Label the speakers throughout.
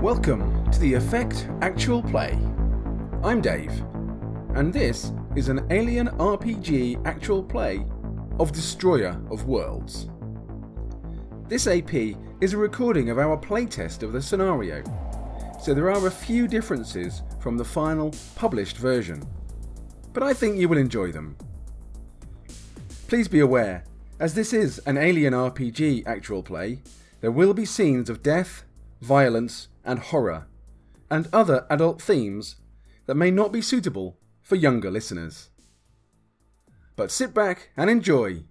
Speaker 1: Welcome to the Effect Actual Play. I'm Dave, and this is an alien RPG actual play of Destroyer of Worlds. This AP is a recording of our playtest of the scenario, so there are a few differences from the final published version, but I think you will enjoy them. Please be aware, as this is an alien RPG actual play, there will be scenes of death, violence, and horror, and other adult themes that may not be suitable for younger listeners. But sit back and enjoy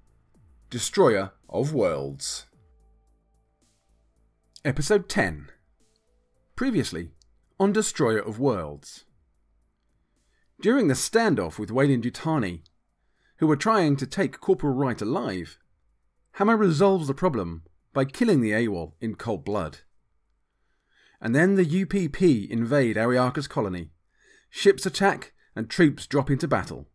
Speaker 1: Destroyer of Worlds. Episode 10 Previously on Destroyer of Worlds. During the standoff with Wayland Dutani, who were trying to take Corporal Wright alive, Hammer resolves the problem by killing the AWOL in cold blood. And then the UPP invade Ariaka's colony. Ships attack and troops drop into battle.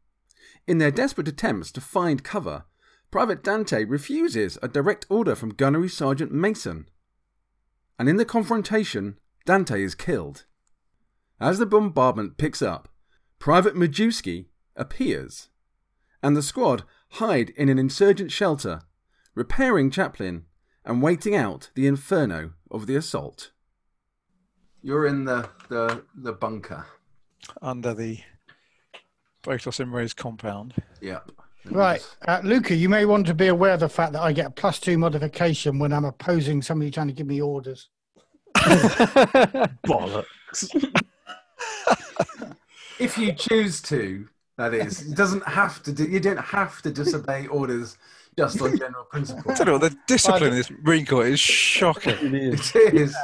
Speaker 1: In their desperate attempts to find cover, Private Dante refuses a direct order from Gunnery Sergeant Mason. And in the confrontation, Dante is killed. As the bombardment picks up, Private Majewski appears and the squad hide in an insurgent shelter, repairing Chaplin and waiting out the inferno of the assault. You're in the, the, the bunker.
Speaker 2: under the Botos Imre's compound.
Speaker 1: Yep.
Speaker 3: Right, uh, Luca, you may want to be aware of the fact that I get a plus two modification when I'm opposing somebody trying to give me orders.
Speaker 4: Bollocks.
Speaker 1: If you choose to, that is, it doesn't have to. Do, you don't have to disobey orders just on general principle.
Speaker 2: I don't know, the discipline in this Marine Corps is shocking.
Speaker 4: It is
Speaker 1: It is.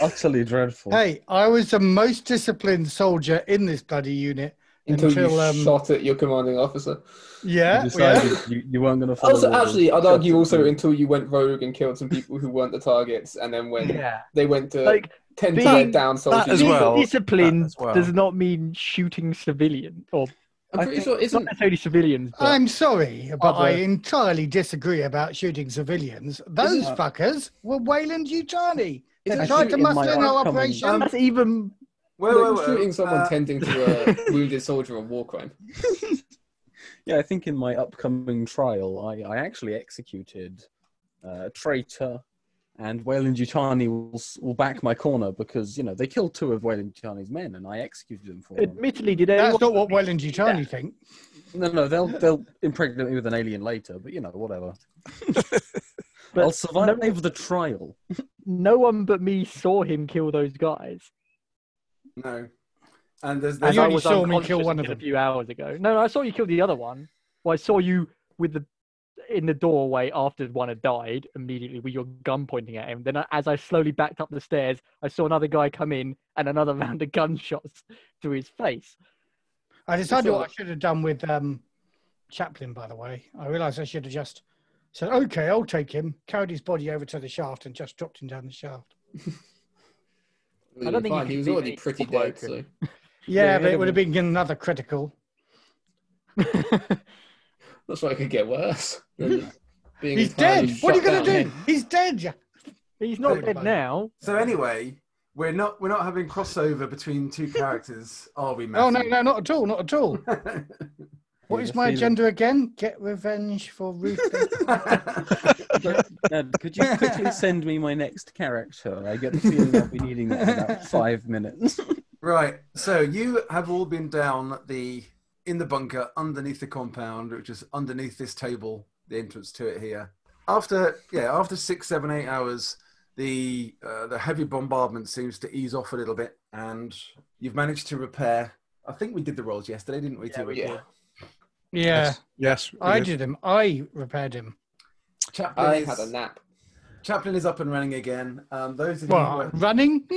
Speaker 4: utterly dreadful.
Speaker 3: Hey, I was the most disciplined soldier in this bloody unit.
Speaker 5: until,
Speaker 3: Until,
Speaker 5: you
Speaker 3: um,
Speaker 5: shot at your commanding officer.
Speaker 3: Yeah,
Speaker 4: you
Speaker 3: yeah.
Speaker 4: decided you, you weren't going to follow.
Speaker 5: Also,
Speaker 4: orders.
Speaker 5: actually, I'd argue also
Speaker 4: Yeah.
Speaker 5: until you went rogue and killed some people who weren't the targets, and then when
Speaker 6: Yeah,
Speaker 5: they went to
Speaker 6: like
Speaker 5: ten
Speaker 6: being
Speaker 5: tier down soldiers.
Speaker 2: as
Speaker 6: being
Speaker 2: well.
Speaker 6: Disciplined
Speaker 2: That as well.
Speaker 6: does not mean shooting civilian or
Speaker 5: I'm
Speaker 4: I
Speaker 5: pretty
Speaker 4: think-
Speaker 5: sure
Speaker 6: not
Speaker 5: isn't
Speaker 6: necessarily civilians. But um,
Speaker 3: I'm sorry, but I
Speaker 4: Other-
Speaker 3: entirely disagree about shooting civilians. Those
Speaker 5: Isn't-
Speaker 3: fuckers were Wayland Utani. They
Speaker 5: Isn't
Speaker 3: tried to
Speaker 5: shooting in
Speaker 3: muscle
Speaker 4: my
Speaker 3: in our
Speaker 4: outcome-
Speaker 3: operation.
Speaker 6: that's even
Speaker 1: Whoa, whoa, whoa.
Speaker 5: shooting someone
Speaker 1: Uh,
Speaker 5: tending to a wounded soldier a war crime.
Speaker 4: Yeah, I think in my upcoming trial, I, I actually executed uh, a traitor, and Wayland Yutani will, s- will back my corner because you know they killed two of Wayland Yutani's men, and I executed them for them.
Speaker 6: admittedly did
Speaker 3: That's
Speaker 6: anyone
Speaker 3: not what Wayland Utani think.
Speaker 4: No, no, they'll they'll impregnate me with an alien later, but you know whatever.
Speaker 6: But
Speaker 4: I'll survive
Speaker 6: no-
Speaker 4: the trial.
Speaker 6: no one but me saw him kill those guys.
Speaker 1: No. And there's,
Speaker 3: And
Speaker 1: there's
Speaker 3: you
Speaker 6: I
Speaker 3: only
Speaker 6: was
Speaker 3: saw me
Speaker 6: unconscious
Speaker 3: kill one of
Speaker 6: until
Speaker 3: them.
Speaker 6: a few hours ago. No, no, I saw you kill the other one. Well, I saw you with the in the doorway after one had died immediately with your gun pointing at him. Then, I- as I slowly backed up the stairs, I saw another guy come in and another round of gunshots to his face.
Speaker 3: I decided
Speaker 5: all
Speaker 3: what I should have done with um, Chaplin, by the way. I realised I should have just said, okay, I'll take him, carried his body over to the shaft and just dropped him down the shaft.
Speaker 6: I don't think you
Speaker 5: Fine, he
Speaker 6: can
Speaker 5: was
Speaker 6: beat
Speaker 5: already
Speaker 6: any
Speaker 5: pretty
Speaker 6: football
Speaker 5: dead. So.
Speaker 6: worker.
Speaker 3: Yeah,
Speaker 4: Yeah,
Speaker 3: but
Speaker 4: yeah,
Speaker 3: it would have been another critical.
Speaker 5: Not sure I could get worse. than just being
Speaker 3: He's
Speaker 5: entirely
Speaker 3: dead. What are you
Speaker 5: shot
Speaker 3: going to
Speaker 5: down.
Speaker 3: do? He's dead. yeah.
Speaker 6: He's not
Speaker 3: Very
Speaker 6: dead
Speaker 3: funny.
Speaker 6: now.
Speaker 1: so anyway, we're not we're not having crossover between two characters, are we?
Speaker 3: Oh, no, no, not at all. Not at all.
Speaker 1: no.
Speaker 3: What
Speaker 4: You
Speaker 3: is
Speaker 4: just
Speaker 3: my
Speaker 4: leave it.
Speaker 3: agenda again? Get revenge for Ruth. Bader-
Speaker 4: Ned, um, could you quickly send me my next character? I get the feeling I'll be needing that in about five minutes.
Speaker 1: Right. So you have all been down the in the bunker underneath the compound, which is underneath this table, the entrance to it here. After yeah, after six, seven, eight hours, the uh, the heavy bombardment seems to ease off a little bit, and you've managed to repair. I think we did the rolls yesterday, didn't we?
Speaker 6: Yeah,
Speaker 1: to
Speaker 6: we
Speaker 1: repair?
Speaker 5: did.
Speaker 3: yeah,
Speaker 2: Yes. we
Speaker 3: I did him. I repaired him.
Speaker 1: Chaplin,
Speaker 5: I
Speaker 1: is,
Speaker 5: had a nap.
Speaker 1: Chaplin is up and running again. Um, those of you who
Speaker 3: Well,
Speaker 1: are-
Speaker 3: running?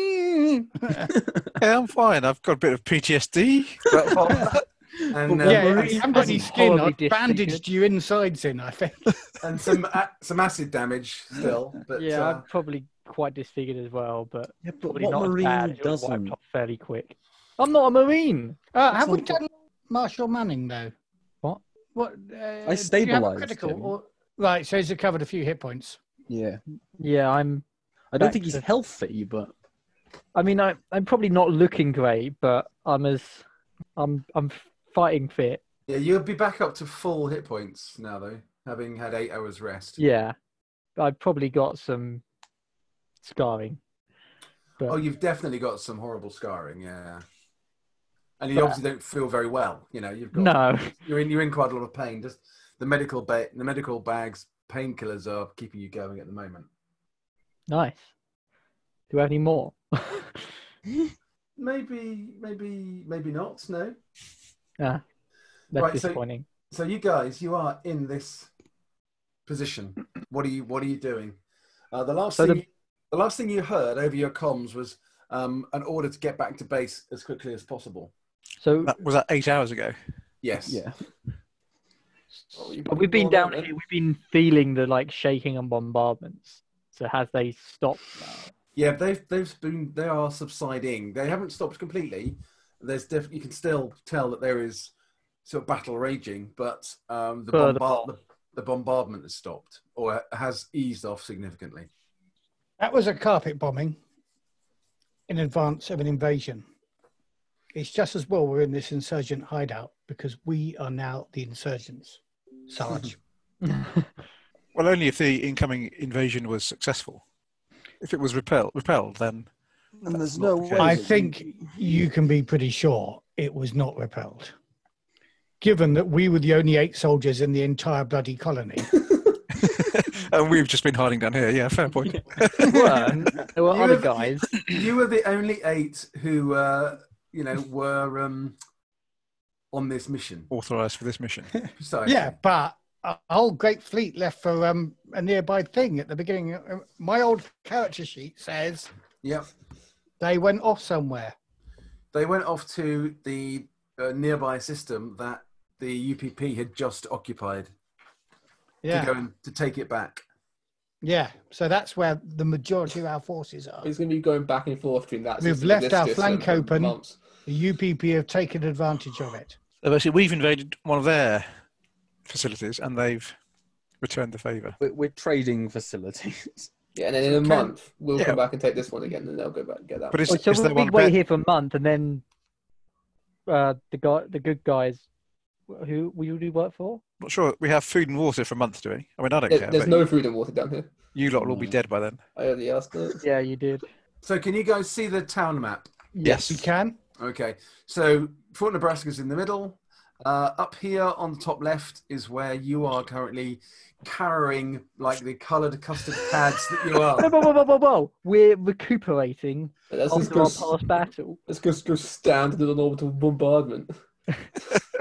Speaker 2: Yeah, I'm fine. I've got a bit of PTSD. But, well,
Speaker 1: and,
Speaker 3: yeah,
Speaker 1: um,
Speaker 3: you haven't got any skin.
Speaker 6: Hasn't horribly
Speaker 3: I've
Speaker 6: disfigured.
Speaker 3: bandaged you insides in, I think.
Speaker 1: and some a some acid damage still. But
Speaker 6: yeah,
Speaker 1: uh,
Speaker 6: I'm probably quite disfigured as well, but
Speaker 4: Yeah, but
Speaker 6: probably
Speaker 4: what
Speaker 6: not as bad.
Speaker 4: marine
Speaker 6: It was wiped
Speaker 4: doesn't?
Speaker 6: off fairly quick. I'm not a marine.
Speaker 3: Uh, have
Speaker 4: Some
Speaker 3: we done Marshall Manning though?
Speaker 6: What?
Speaker 3: What? Uh, did you have a
Speaker 4: stabilised
Speaker 3: critical
Speaker 4: him.
Speaker 3: or- right, so he's recovered a few hit points.
Speaker 4: Yeah,
Speaker 6: Yeah, I'm
Speaker 4: I don't
Speaker 6: Back
Speaker 4: think he's
Speaker 6: to-
Speaker 4: healthy, but
Speaker 6: I mean, I, I'm probably not looking great, but I'm as I'm I'm fighting fit.
Speaker 1: Yeah, you'll be back up to full hit points now, though, having had eight hours rest.
Speaker 6: Yeah, I've probably got some scarring.
Speaker 1: Oh, you've definitely got some horrible scarring. Yeah. And you
Speaker 6: But-
Speaker 1: obviously don't feel very well. You know, you've got
Speaker 6: No,
Speaker 1: you're in you're in quite a lot of pain. Just the medical ba- the medical bags painkillers are keeping you going at the moment.
Speaker 6: nice. Do we have any more?
Speaker 1: Maybe, maybe, maybe not. No.
Speaker 6: That's
Speaker 1: Right, so-
Speaker 6: disappointing.
Speaker 1: So you guys, you are in this position. What are you What are you doing? Uh, the last
Speaker 6: So
Speaker 1: thing
Speaker 6: the-
Speaker 1: the... last thing you heard over your comms was um, an order to get back to base as quickly as possible.
Speaker 6: So,
Speaker 2: That, was that eight hours ago?
Speaker 1: Yes.
Speaker 4: Yeah.
Speaker 5: Oh, you-
Speaker 6: but we've been
Speaker 5: you're
Speaker 6: down
Speaker 5: right,
Speaker 6: here. We've been feeling the like shaking and bombardments. So has they stopped?
Speaker 1: Yeah, they've they've been they are subsiding. They haven't stopped completely. There's def- you can still tell that there is sort of battle raging, but um, the,
Speaker 6: Further
Speaker 1: bombard- the the bombardment has stopped or has eased off significantly.
Speaker 3: That was a carpet bombing in advance of an invasion. It's just as well we're in this insurgent hideout because we are now the insurgents. Sarge.
Speaker 6: now?
Speaker 2: Well, only if the incoming invasion was successful. If it was repelled, repelled, then
Speaker 4: And there's
Speaker 2: not
Speaker 4: no
Speaker 2: the
Speaker 4: way.
Speaker 2: case.
Speaker 3: I
Speaker 4: that
Speaker 3: think you can be pretty sure it was not repelled. Given that we were the only eight soldiers in the entire bloody colony.
Speaker 2: and we've just been hiding down here. Yeah, fair point.
Speaker 6: there were, and there were
Speaker 1: You
Speaker 6: other
Speaker 1: have-
Speaker 6: guys.
Speaker 1: you were the only eight who uh, you know were um, on this mission.
Speaker 2: Authorized for this mission.
Speaker 1: Precisely.
Speaker 3: yeah, but a a whole great fleet left for um, a nearby thing at the beginning. Uh, My old character sheet says
Speaker 1: Yep.
Speaker 3: they went off somewhere.
Speaker 1: They went off to the uh, nearby system that the UPP had just occupied to go
Speaker 3: Yeah.
Speaker 1: and to take it back.
Speaker 3: Yeah. So that's where the majority of our forces are.
Speaker 5: He's going to be going back and forth between that.
Speaker 3: We've
Speaker 5: system
Speaker 3: left
Speaker 5: and this
Speaker 3: our
Speaker 5: system
Speaker 3: flank
Speaker 5: for
Speaker 3: open.
Speaker 5: months.
Speaker 3: The UPP have taken advantage of it.
Speaker 2: So basically, we've invaded one of their facilities, and they've returned the favour.
Speaker 4: We're, we're trading facilities.
Speaker 5: Yeah, and then in a
Speaker 1: Okay.
Speaker 5: month we'll
Speaker 2: Yeah.
Speaker 5: come back and take this one again, and they'll go back and get that.
Speaker 2: But
Speaker 5: one.
Speaker 2: is,
Speaker 6: Oh, so
Speaker 2: is
Speaker 6: we've
Speaker 2: there one
Speaker 6: been waiting
Speaker 2: better?
Speaker 6: here for a month, and then uh, the guy, the good guys, wh- who will you do work for?
Speaker 2: Not sure. We have food and water for a month, do we? I mean, I don't
Speaker 5: There-
Speaker 2: care.
Speaker 5: there's
Speaker 2: but
Speaker 5: no food and water down here.
Speaker 2: you lot will all be
Speaker 4: No.
Speaker 2: dead by then.
Speaker 5: I only asked. that.
Speaker 6: Yeah, you did.
Speaker 1: So can you guys see the town map?
Speaker 3: You can.
Speaker 1: Okay, so Fort Nebraska's in the middle. Uh, up here on the top left is where you are currently carrying like the coloured custard pads that you
Speaker 6: Whoa,
Speaker 1: are.
Speaker 6: whoa, whoa, whoa, whoa, whoa. We're recuperating
Speaker 5: But Let's just
Speaker 6: after
Speaker 5: go.
Speaker 6: our
Speaker 5: s-
Speaker 6: past battle.
Speaker 5: Let's go, go stand to the orbital bombardment.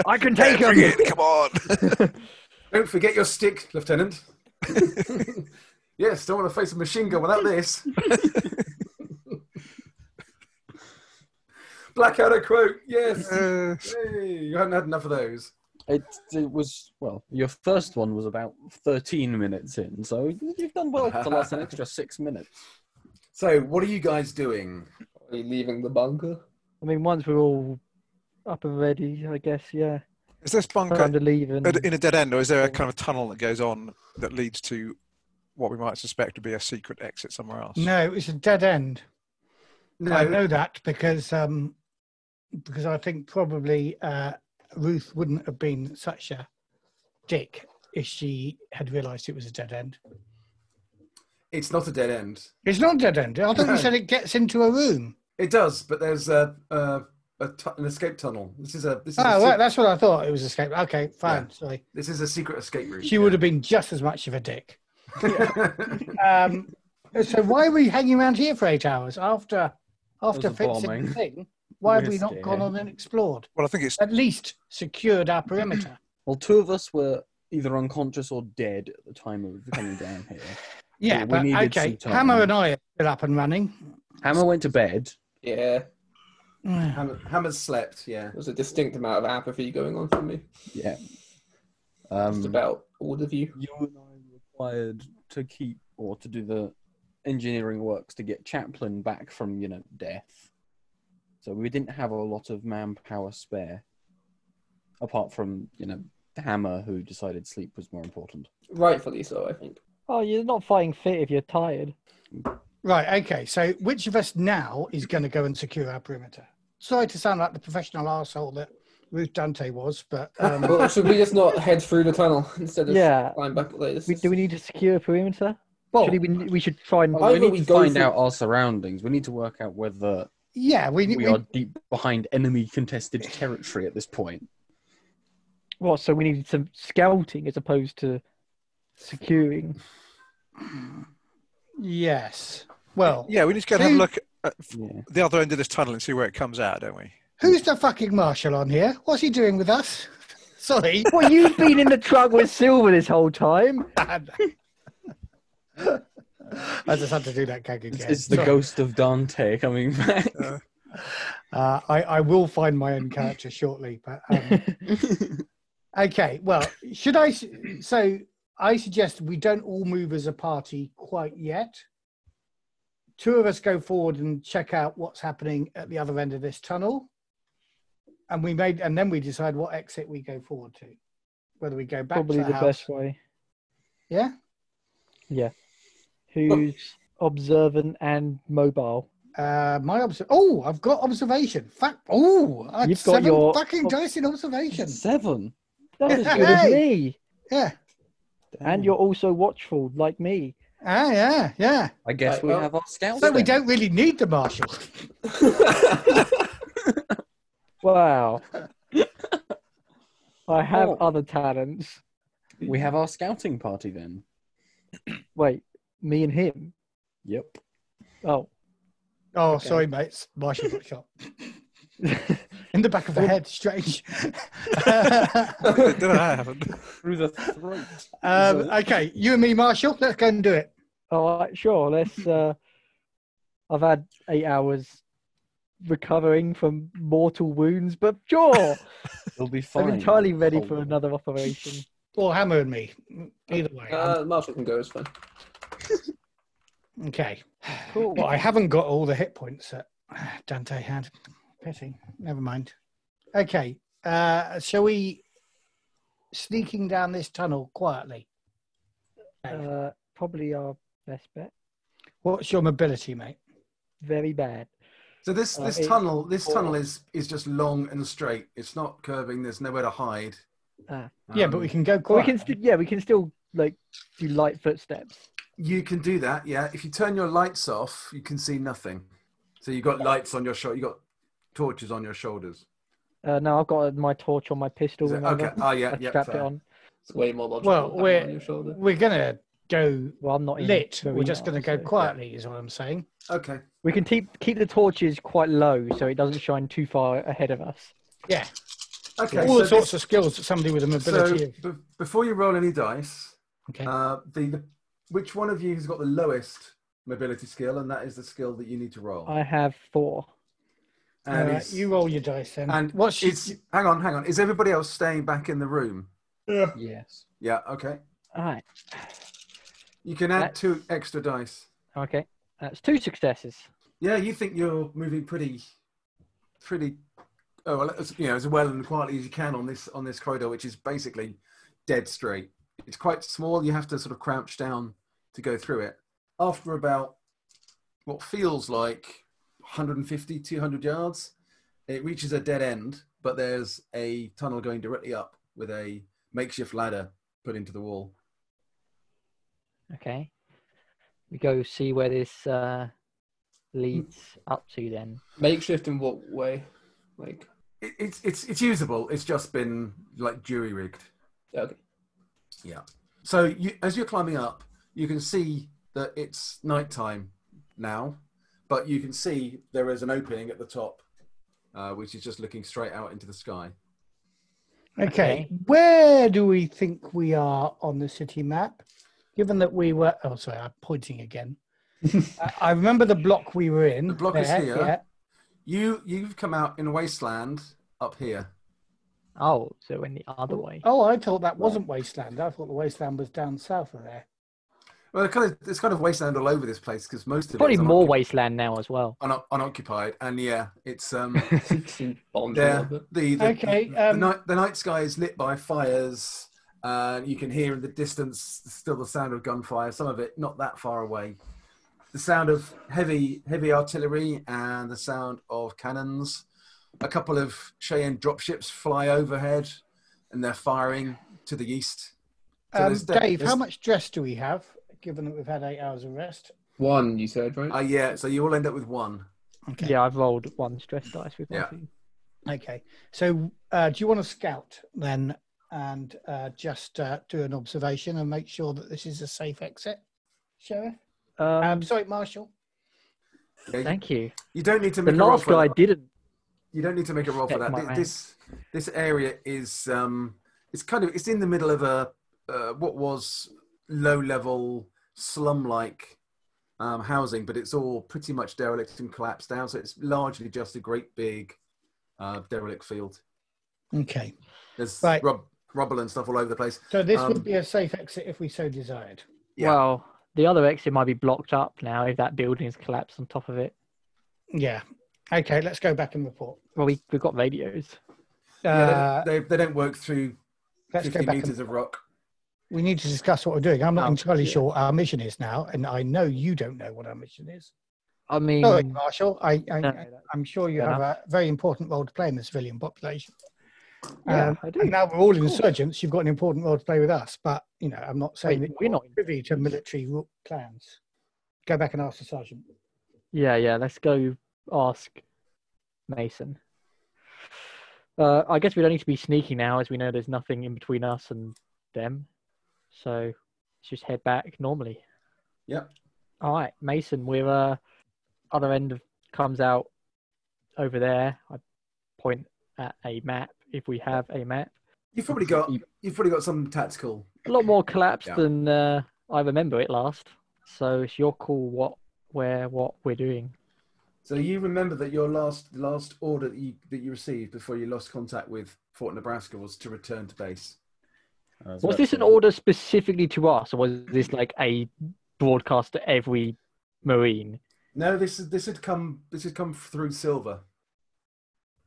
Speaker 6: I can take
Speaker 2: Bring
Speaker 6: him.
Speaker 2: it, come on!
Speaker 1: Don't forget your stick, Lieutenant. yes, don't want to face a machine gun without this. Blackadder quote, yes.
Speaker 2: Uh,
Speaker 1: Hey, you haven't had enough of those.
Speaker 4: It, it was well. Your first one was about thirteen minutes in, so you've done well to last an extra six minutes.
Speaker 1: So, what are you guys doing?
Speaker 5: Are you leaving the bunker?
Speaker 6: I mean, once we're all up and ready, I guess. Yeah,
Speaker 2: is this bunker
Speaker 6: time to leave. And
Speaker 2: at- in a dead end, or is there a kind of tunnel that goes on that leads to what we might suspect would be a secret exit somewhere else?
Speaker 3: No, it's a dead end. I
Speaker 1: No,
Speaker 3: know that because um, because I think probably uh, Ruth wouldn't have been such a dick if she had realised it was a dead end.
Speaker 1: it's not a dead end.
Speaker 3: It's not a dead end. I thought
Speaker 1: No.
Speaker 3: you said it gets into a room.
Speaker 1: It does, but there's a, a, a tu- an escape tunnel. This is a this is, a,
Speaker 3: Oh,
Speaker 1: se-
Speaker 3: right, that's what I thought. It was escape. Okay, fine. Sorry,
Speaker 1: this is a secret escape route.
Speaker 3: she would have been just as much of a dick.
Speaker 1: have.
Speaker 3: Um, so why are we hanging around here for eight hours after after
Speaker 4: was a
Speaker 3: fixing
Speaker 4: bombing.
Speaker 3: the thing? Why have we
Speaker 4: We're
Speaker 3: not gone
Speaker 4: scared.
Speaker 3: on and explored?
Speaker 2: Well, I think it's
Speaker 3: At least secured our perimeter.
Speaker 4: Well, two of us were either unconscious or dead at the time of coming down here.
Speaker 3: Yeah,
Speaker 4: we
Speaker 3: but
Speaker 4: needed
Speaker 3: okay.
Speaker 4: some time.
Speaker 3: Hammer and I are still up and running.
Speaker 4: Hammer went to bed.
Speaker 5: Yeah,
Speaker 3: Yeah,
Speaker 1: Hammer, Hammer's slept. Yeah.
Speaker 5: there's a distinct amount of apathy going on from me.
Speaker 4: Yeah.
Speaker 5: Just
Speaker 4: Um,
Speaker 5: about all of you.
Speaker 4: you and I were required to keep or to do the engineering works to get Chaplin back from you know death. So we didn't have a lot of manpower spare, apart from you know Hammer, who decided sleep was more important.
Speaker 5: Rightfully so, I think.
Speaker 6: oh, you're not fighting fit if you're tired.
Speaker 3: Right. Okay. So, which of us now is going to go and secure our perimeter? Sorry to sound like the professional asshole that Ruth Dante was, but um,
Speaker 5: Well, should we just not head through the tunnel instead of
Speaker 6: Yeah.
Speaker 5: flying back? Like, this
Speaker 6: We,
Speaker 5: is-
Speaker 6: do we need to secure a perimeter?
Speaker 5: Well,
Speaker 6: Surely we, we should try and.
Speaker 5: Why
Speaker 4: we
Speaker 5: would
Speaker 4: need
Speaker 5: we
Speaker 4: to
Speaker 5: go
Speaker 4: find
Speaker 5: through-
Speaker 4: out our surroundings. We need to work out whether
Speaker 3: yeah, we,
Speaker 4: we,
Speaker 3: we
Speaker 4: are deep behind enemy contested territory at this point.
Speaker 6: Well, so we needed some scouting as opposed to securing.
Speaker 3: yes. Well,
Speaker 2: Yeah, we need to go and have a
Speaker 3: See?
Speaker 2: look at
Speaker 4: Yeah.
Speaker 2: the other end of this tunnel and see where it comes out, don't we?
Speaker 3: who's the fucking marshal on here? What's he doing with us? Sorry.
Speaker 6: Well, you've been in the truck with Silver this whole time.
Speaker 3: I just had to do that gag again.
Speaker 4: It's, it's the
Speaker 3: Sorry.
Speaker 4: ghost of Dante coming back.
Speaker 3: Uh, I, I will find my own character shortly, but um, okay. Well, should I? s- So I suggest we don't all move as a party quite yet. Two of us go forward and check out what's happening at the other end of this tunnel, and we made, and then we decide what exit we go forward to, whether we go back
Speaker 6: Probably
Speaker 3: to the,
Speaker 6: the
Speaker 3: house.
Speaker 6: best way.
Speaker 3: Yeah.
Speaker 6: Who's observant and mobile?
Speaker 3: Uh, my obs. Oh, I've got observation. Fact. Oh, I've
Speaker 6: You've got
Speaker 3: seven
Speaker 6: your- oh.
Speaker 3: fucking dice in observation.
Speaker 4: Seven.
Speaker 6: That's as good as me.
Speaker 3: Yeah.
Speaker 4: Damn.
Speaker 6: And you're also watchful, like me.
Speaker 3: Ah, yeah, yeah.
Speaker 4: I guess
Speaker 5: Right,
Speaker 4: we
Speaker 5: well-
Speaker 4: have our scouts.
Speaker 3: So we
Speaker 4: then.
Speaker 3: don't really need the marshal.
Speaker 6: Wow. I have
Speaker 4: Oh.
Speaker 6: other talents.
Speaker 4: We have our scouting party then.
Speaker 6: Wait, me and him?
Speaker 4: Yep.
Speaker 6: Oh.
Speaker 3: Oh, sorry, mates. Marshal got shot in the back of the head. Strange.
Speaker 2: Did I haven't?
Speaker 4: Through the throat.
Speaker 3: um, okay, you and me, Marshal. Let's go and do it.
Speaker 6: All right, sure. Let's. Uh, I've had eight hours recovering from mortal wounds, but sure,
Speaker 4: It'll be fine.
Speaker 6: I'm entirely ready
Speaker 4: Oh,
Speaker 6: for
Speaker 4: well.
Speaker 6: another operation.
Speaker 3: Or Hammer and me. Either way. I'm-
Speaker 5: uh, Marshall can go. It's fine.
Speaker 3: okay.
Speaker 6: Cool.
Speaker 3: Well, I haven't got all the hit points that Dante had. Pity. Never mind. Okay. Uh, shall we sneaking down this tunnel quietly?
Speaker 6: Uh, probably our best bet.
Speaker 3: What's your mobility, mate?
Speaker 6: Very bad.
Speaker 1: So this
Speaker 6: Uh,
Speaker 1: this
Speaker 6: eight,
Speaker 1: tunnel this
Speaker 6: four.
Speaker 1: tunnel is is just long and straight. It's not curving. There's nowhere to hide.
Speaker 6: Ah.
Speaker 3: yeah, but we
Speaker 1: Um,
Speaker 3: can go
Speaker 6: Well, we
Speaker 3: quietly.
Speaker 6: can still, yeah, we can still like do light footsteps.
Speaker 1: You can do that. Yeah. If you turn your lights off, you can see nothing. So you got lights on your shoulder. You got torches on your shoulders.
Speaker 6: Uh, no, I've got my torch on my pistol.
Speaker 1: Is it-
Speaker 6: remember?
Speaker 1: okay. Oh yeah.
Speaker 6: I
Speaker 1: Yeah.
Speaker 6: strapped it
Speaker 1: fair.
Speaker 6: on.
Speaker 5: It's way more logical.
Speaker 3: Well,
Speaker 5: to have
Speaker 3: we're-
Speaker 5: it on your shoulder.
Speaker 3: We're gonna go
Speaker 6: Well,
Speaker 1: Oh,
Speaker 6: I'm not in
Speaker 3: lit.
Speaker 6: very
Speaker 3: We're just
Speaker 6: well,
Speaker 3: gonna go
Speaker 6: so-
Speaker 3: quietly, is what I'm saying.
Speaker 1: Okay.
Speaker 6: We can keep keep the torches quite low so it doesn't shine too far ahead of us.
Speaker 3: Yeah,
Speaker 1: Okay.
Speaker 3: all
Speaker 1: so
Speaker 3: sorts
Speaker 1: this-
Speaker 3: of skills that somebody with a
Speaker 1: so
Speaker 3: mobility.
Speaker 1: be- before you roll any dice,
Speaker 3: okay.
Speaker 1: uh, the, the which one of you has got the lowest mobility skill, and that is the skill that you need to roll.
Speaker 6: I uh, have four.
Speaker 3: All
Speaker 1: and
Speaker 3: right,
Speaker 1: it's-
Speaker 3: Uh, you roll your dice then.
Speaker 1: and
Speaker 3: what's your-
Speaker 1: it's hang on, hang on. Is everybody else staying back in the room?
Speaker 4: Yes.
Speaker 1: Yeah. Okay.
Speaker 6: All right.
Speaker 1: You can add
Speaker 6: That-
Speaker 1: two extra dice.
Speaker 6: Okay. That's two successes.
Speaker 1: Yeah, you think you're moving pretty, pretty, oh, well, as, you know, as well and quietly as you can on this on this corridor, which is basically dead straight. It's quite small. You have to sort of crouch down to go through it. After about what feels like 150, 200 yards, it reaches a dead end, but there's a tunnel going directly up with a makeshift ladder put into the wall.
Speaker 6: Okay. We go see where this uh, leads up to then.
Speaker 5: Makeshift in what way? Like,
Speaker 1: It, it's it's it's usable. It's just been like jury rigged.
Speaker 5: okay.
Speaker 1: So you, as you're climbing up, you can see that it's nighttime now, but you can see there is an opening at the top, uh, which is just looking straight out into the sky.
Speaker 3: okay.
Speaker 6: okay.
Speaker 3: Where do we think we are on the city map? Given that we were, oh, sorry, I'm pointing again. I, I remember the block we were in.
Speaker 1: The block is
Speaker 3: there,
Speaker 1: here.
Speaker 3: Yeah.
Speaker 1: You you've come out in a wasteland up here.
Speaker 6: Oh, so in the other way.
Speaker 3: Oh, I thought that wasn't wasteland. I thought the wasteland was down south of there.
Speaker 1: Well, it's kind of it's kind of wasteland all over this place because most of
Speaker 6: Probably
Speaker 1: it is
Speaker 6: more
Speaker 1: unoccup-
Speaker 6: wasteland now as well.
Speaker 1: uno- unoccupied, and yeah, it's um.
Speaker 5: She bombed a
Speaker 1: Yeah,
Speaker 5: little bit.
Speaker 1: the, the,
Speaker 3: Okay,
Speaker 1: the, the
Speaker 3: um,
Speaker 1: night, the night sky is lit by fires. Uh, you can hear in the distance still the sound of gunfire. Some of it not that far away. the sound of heavy heavy artillery and the sound of cannons. A couple of Cheyenne dropships fly overhead, and they're firing to the east. So
Speaker 3: Um,
Speaker 1: there's de-
Speaker 3: Dave, how
Speaker 1: there's-
Speaker 3: much dress do we have, given that we've had eight hours of rest?
Speaker 5: One, you said, right?
Speaker 1: Uh, yeah, so you all end up with one.
Speaker 3: Okay.
Speaker 6: Yeah, I've rolled one stress dice with my
Speaker 1: Yeah.
Speaker 6: team.
Speaker 3: Okay. So, uh, do you want to scout then and uh, just uh, do an observation and make sure that this is a safe exit, Sheriff?
Speaker 6: Um,
Speaker 3: Um, sorry, Marshal.
Speaker 1: Yeah, you,
Speaker 6: thank you.
Speaker 1: you don't need to
Speaker 6: The
Speaker 1: make a roll
Speaker 6: last
Speaker 1: for
Speaker 6: guy
Speaker 1: that.
Speaker 6: didn't.
Speaker 1: You don't need to make a roll for
Speaker 6: Check
Speaker 1: that.
Speaker 6: my
Speaker 1: Thi-
Speaker 6: rank.
Speaker 1: This this area is um, it's kind of it's in the middle of a uh, what was low level slum like um, housing, but it's all pretty much derelict and collapsed down. So it's largely just a great big uh, derelict field.
Speaker 3: Okay.
Speaker 1: There's
Speaker 3: Right.
Speaker 1: rub- rubble and stuff all over the place.
Speaker 3: So, this
Speaker 1: Um,
Speaker 3: would be a safe exit if we so desired.
Speaker 1: Yeah.
Speaker 6: Well, the other exit might be blocked up now if that building's collapsed on top of it.
Speaker 3: Yeah. Okay. Let's go back and report.
Speaker 6: Well, we, we've got radios.
Speaker 3: Uh,
Speaker 1: yeah, they, they, they don't work through
Speaker 3: let's go
Speaker 1: fifty
Speaker 3: back.
Speaker 1: meters of
Speaker 3: And,
Speaker 1: rock.
Speaker 3: we need to discuss what we're doing. I'm not
Speaker 6: Oh,
Speaker 3: entirely
Speaker 6: yeah.
Speaker 3: sure what our mission is now, and I know you don't know what our mission is.
Speaker 6: I mean,
Speaker 1: Oh,
Speaker 6: um,
Speaker 3: Sorry, Marshal. I, I,
Speaker 6: Mm. No.
Speaker 3: I'm sure you
Speaker 6: Fair
Speaker 3: have a very important role to play in the civilian population.
Speaker 6: yeah,
Speaker 3: Um,
Speaker 6: I do.
Speaker 3: and now we're all insurgents. You've got an important role to play with us, but you know, I'm not saying
Speaker 6: Wait,
Speaker 3: that
Speaker 6: we're
Speaker 3: you're
Speaker 6: not
Speaker 3: privy to military ru- plans. Go back and ask the sergeant.
Speaker 6: Yeah, yeah. Let's go ask Mason. Uh, I guess we don't need to be sneaky now, as we know there's nothing in between us and them. So let's just head back normally.
Speaker 1: Yep.
Speaker 6: All right, Mason. We're uh, other end of comes out over there. I point at a map if we have a map.
Speaker 1: You've probably got you've probably got some tactical.
Speaker 6: A lot more collapsed
Speaker 1: Yeah.
Speaker 6: than uh, I remember it last. So it's your call. What, where, what we're doing.
Speaker 1: So you remember that your last last order that you that you received before you lost contact with Fort Nebraska was to return to base.
Speaker 4: I
Speaker 6: Was
Speaker 4: Uh, about
Speaker 6: this
Speaker 4: to-
Speaker 6: an order specifically to us, or was this like a broadcast to every Marine?
Speaker 1: No, this is this had come this had come through Silver.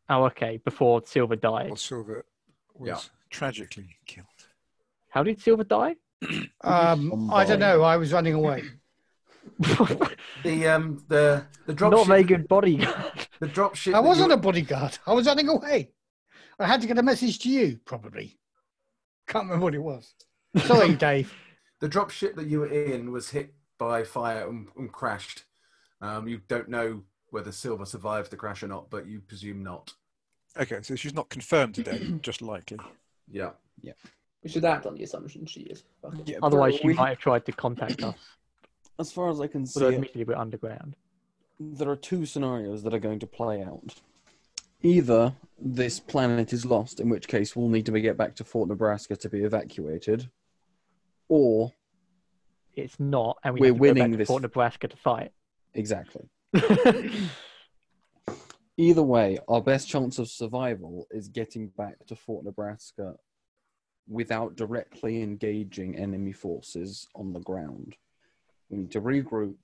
Speaker 6: Oh, okay. Before Silver
Speaker 2: Well,
Speaker 6: died,
Speaker 2: Silver was
Speaker 1: Yeah.
Speaker 2: tragically killed.
Speaker 6: how did Silver die?
Speaker 3: Um, I don't
Speaker 4: somebody-
Speaker 3: know. I was running away.
Speaker 1: The um the the drop
Speaker 6: Not
Speaker 1: ship,
Speaker 6: very good bodyguard.
Speaker 1: the drop ship
Speaker 3: I
Speaker 1: that
Speaker 3: wasn't
Speaker 1: you-
Speaker 3: a bodyguard. I was running away. I had to get a message to you, probably. Can't remember what it was. Sorry, Dave.
Speaker 1: the drop ship that you were in was hit by fire and, and crashed. Um, you don't know whether Silver survived the crash or not, but you presume not.
Speaker 2: Okay, so she's not confirmed today, just likely.
Speaker 1: Yeah.
Speaker 5: We should act on the assumption she is. Fuck it.
Speaker 4: Yeah, but
Speaker 6: Otherwise, she
Speaker 4: we-
Speaker 6: might have tried to contact us.
Speaker 4: As far as I can see,
Speaker 6: Although
Speaker 4: it,
Speaker 6: admittedly, we're underground.
Speaker 4: there are two scenarios that are going to play out. Either this planet is lost, in which case we'll need to be- get back to Fort Nebraska to be evacuated, or
Speaker 6: It's not, and we
Speaker 4: We're
Speaker 6: have to go back
Speaker 4: winning
Speaker 6: to
Speaker 4: this.
Speaker 6: Fort Nebraska to fight.
Speaker 4: exactly. Either way, our best chance of survival is getting back to Fort Nebraska without directly engaging enemy forces on the ground. We need to regroup.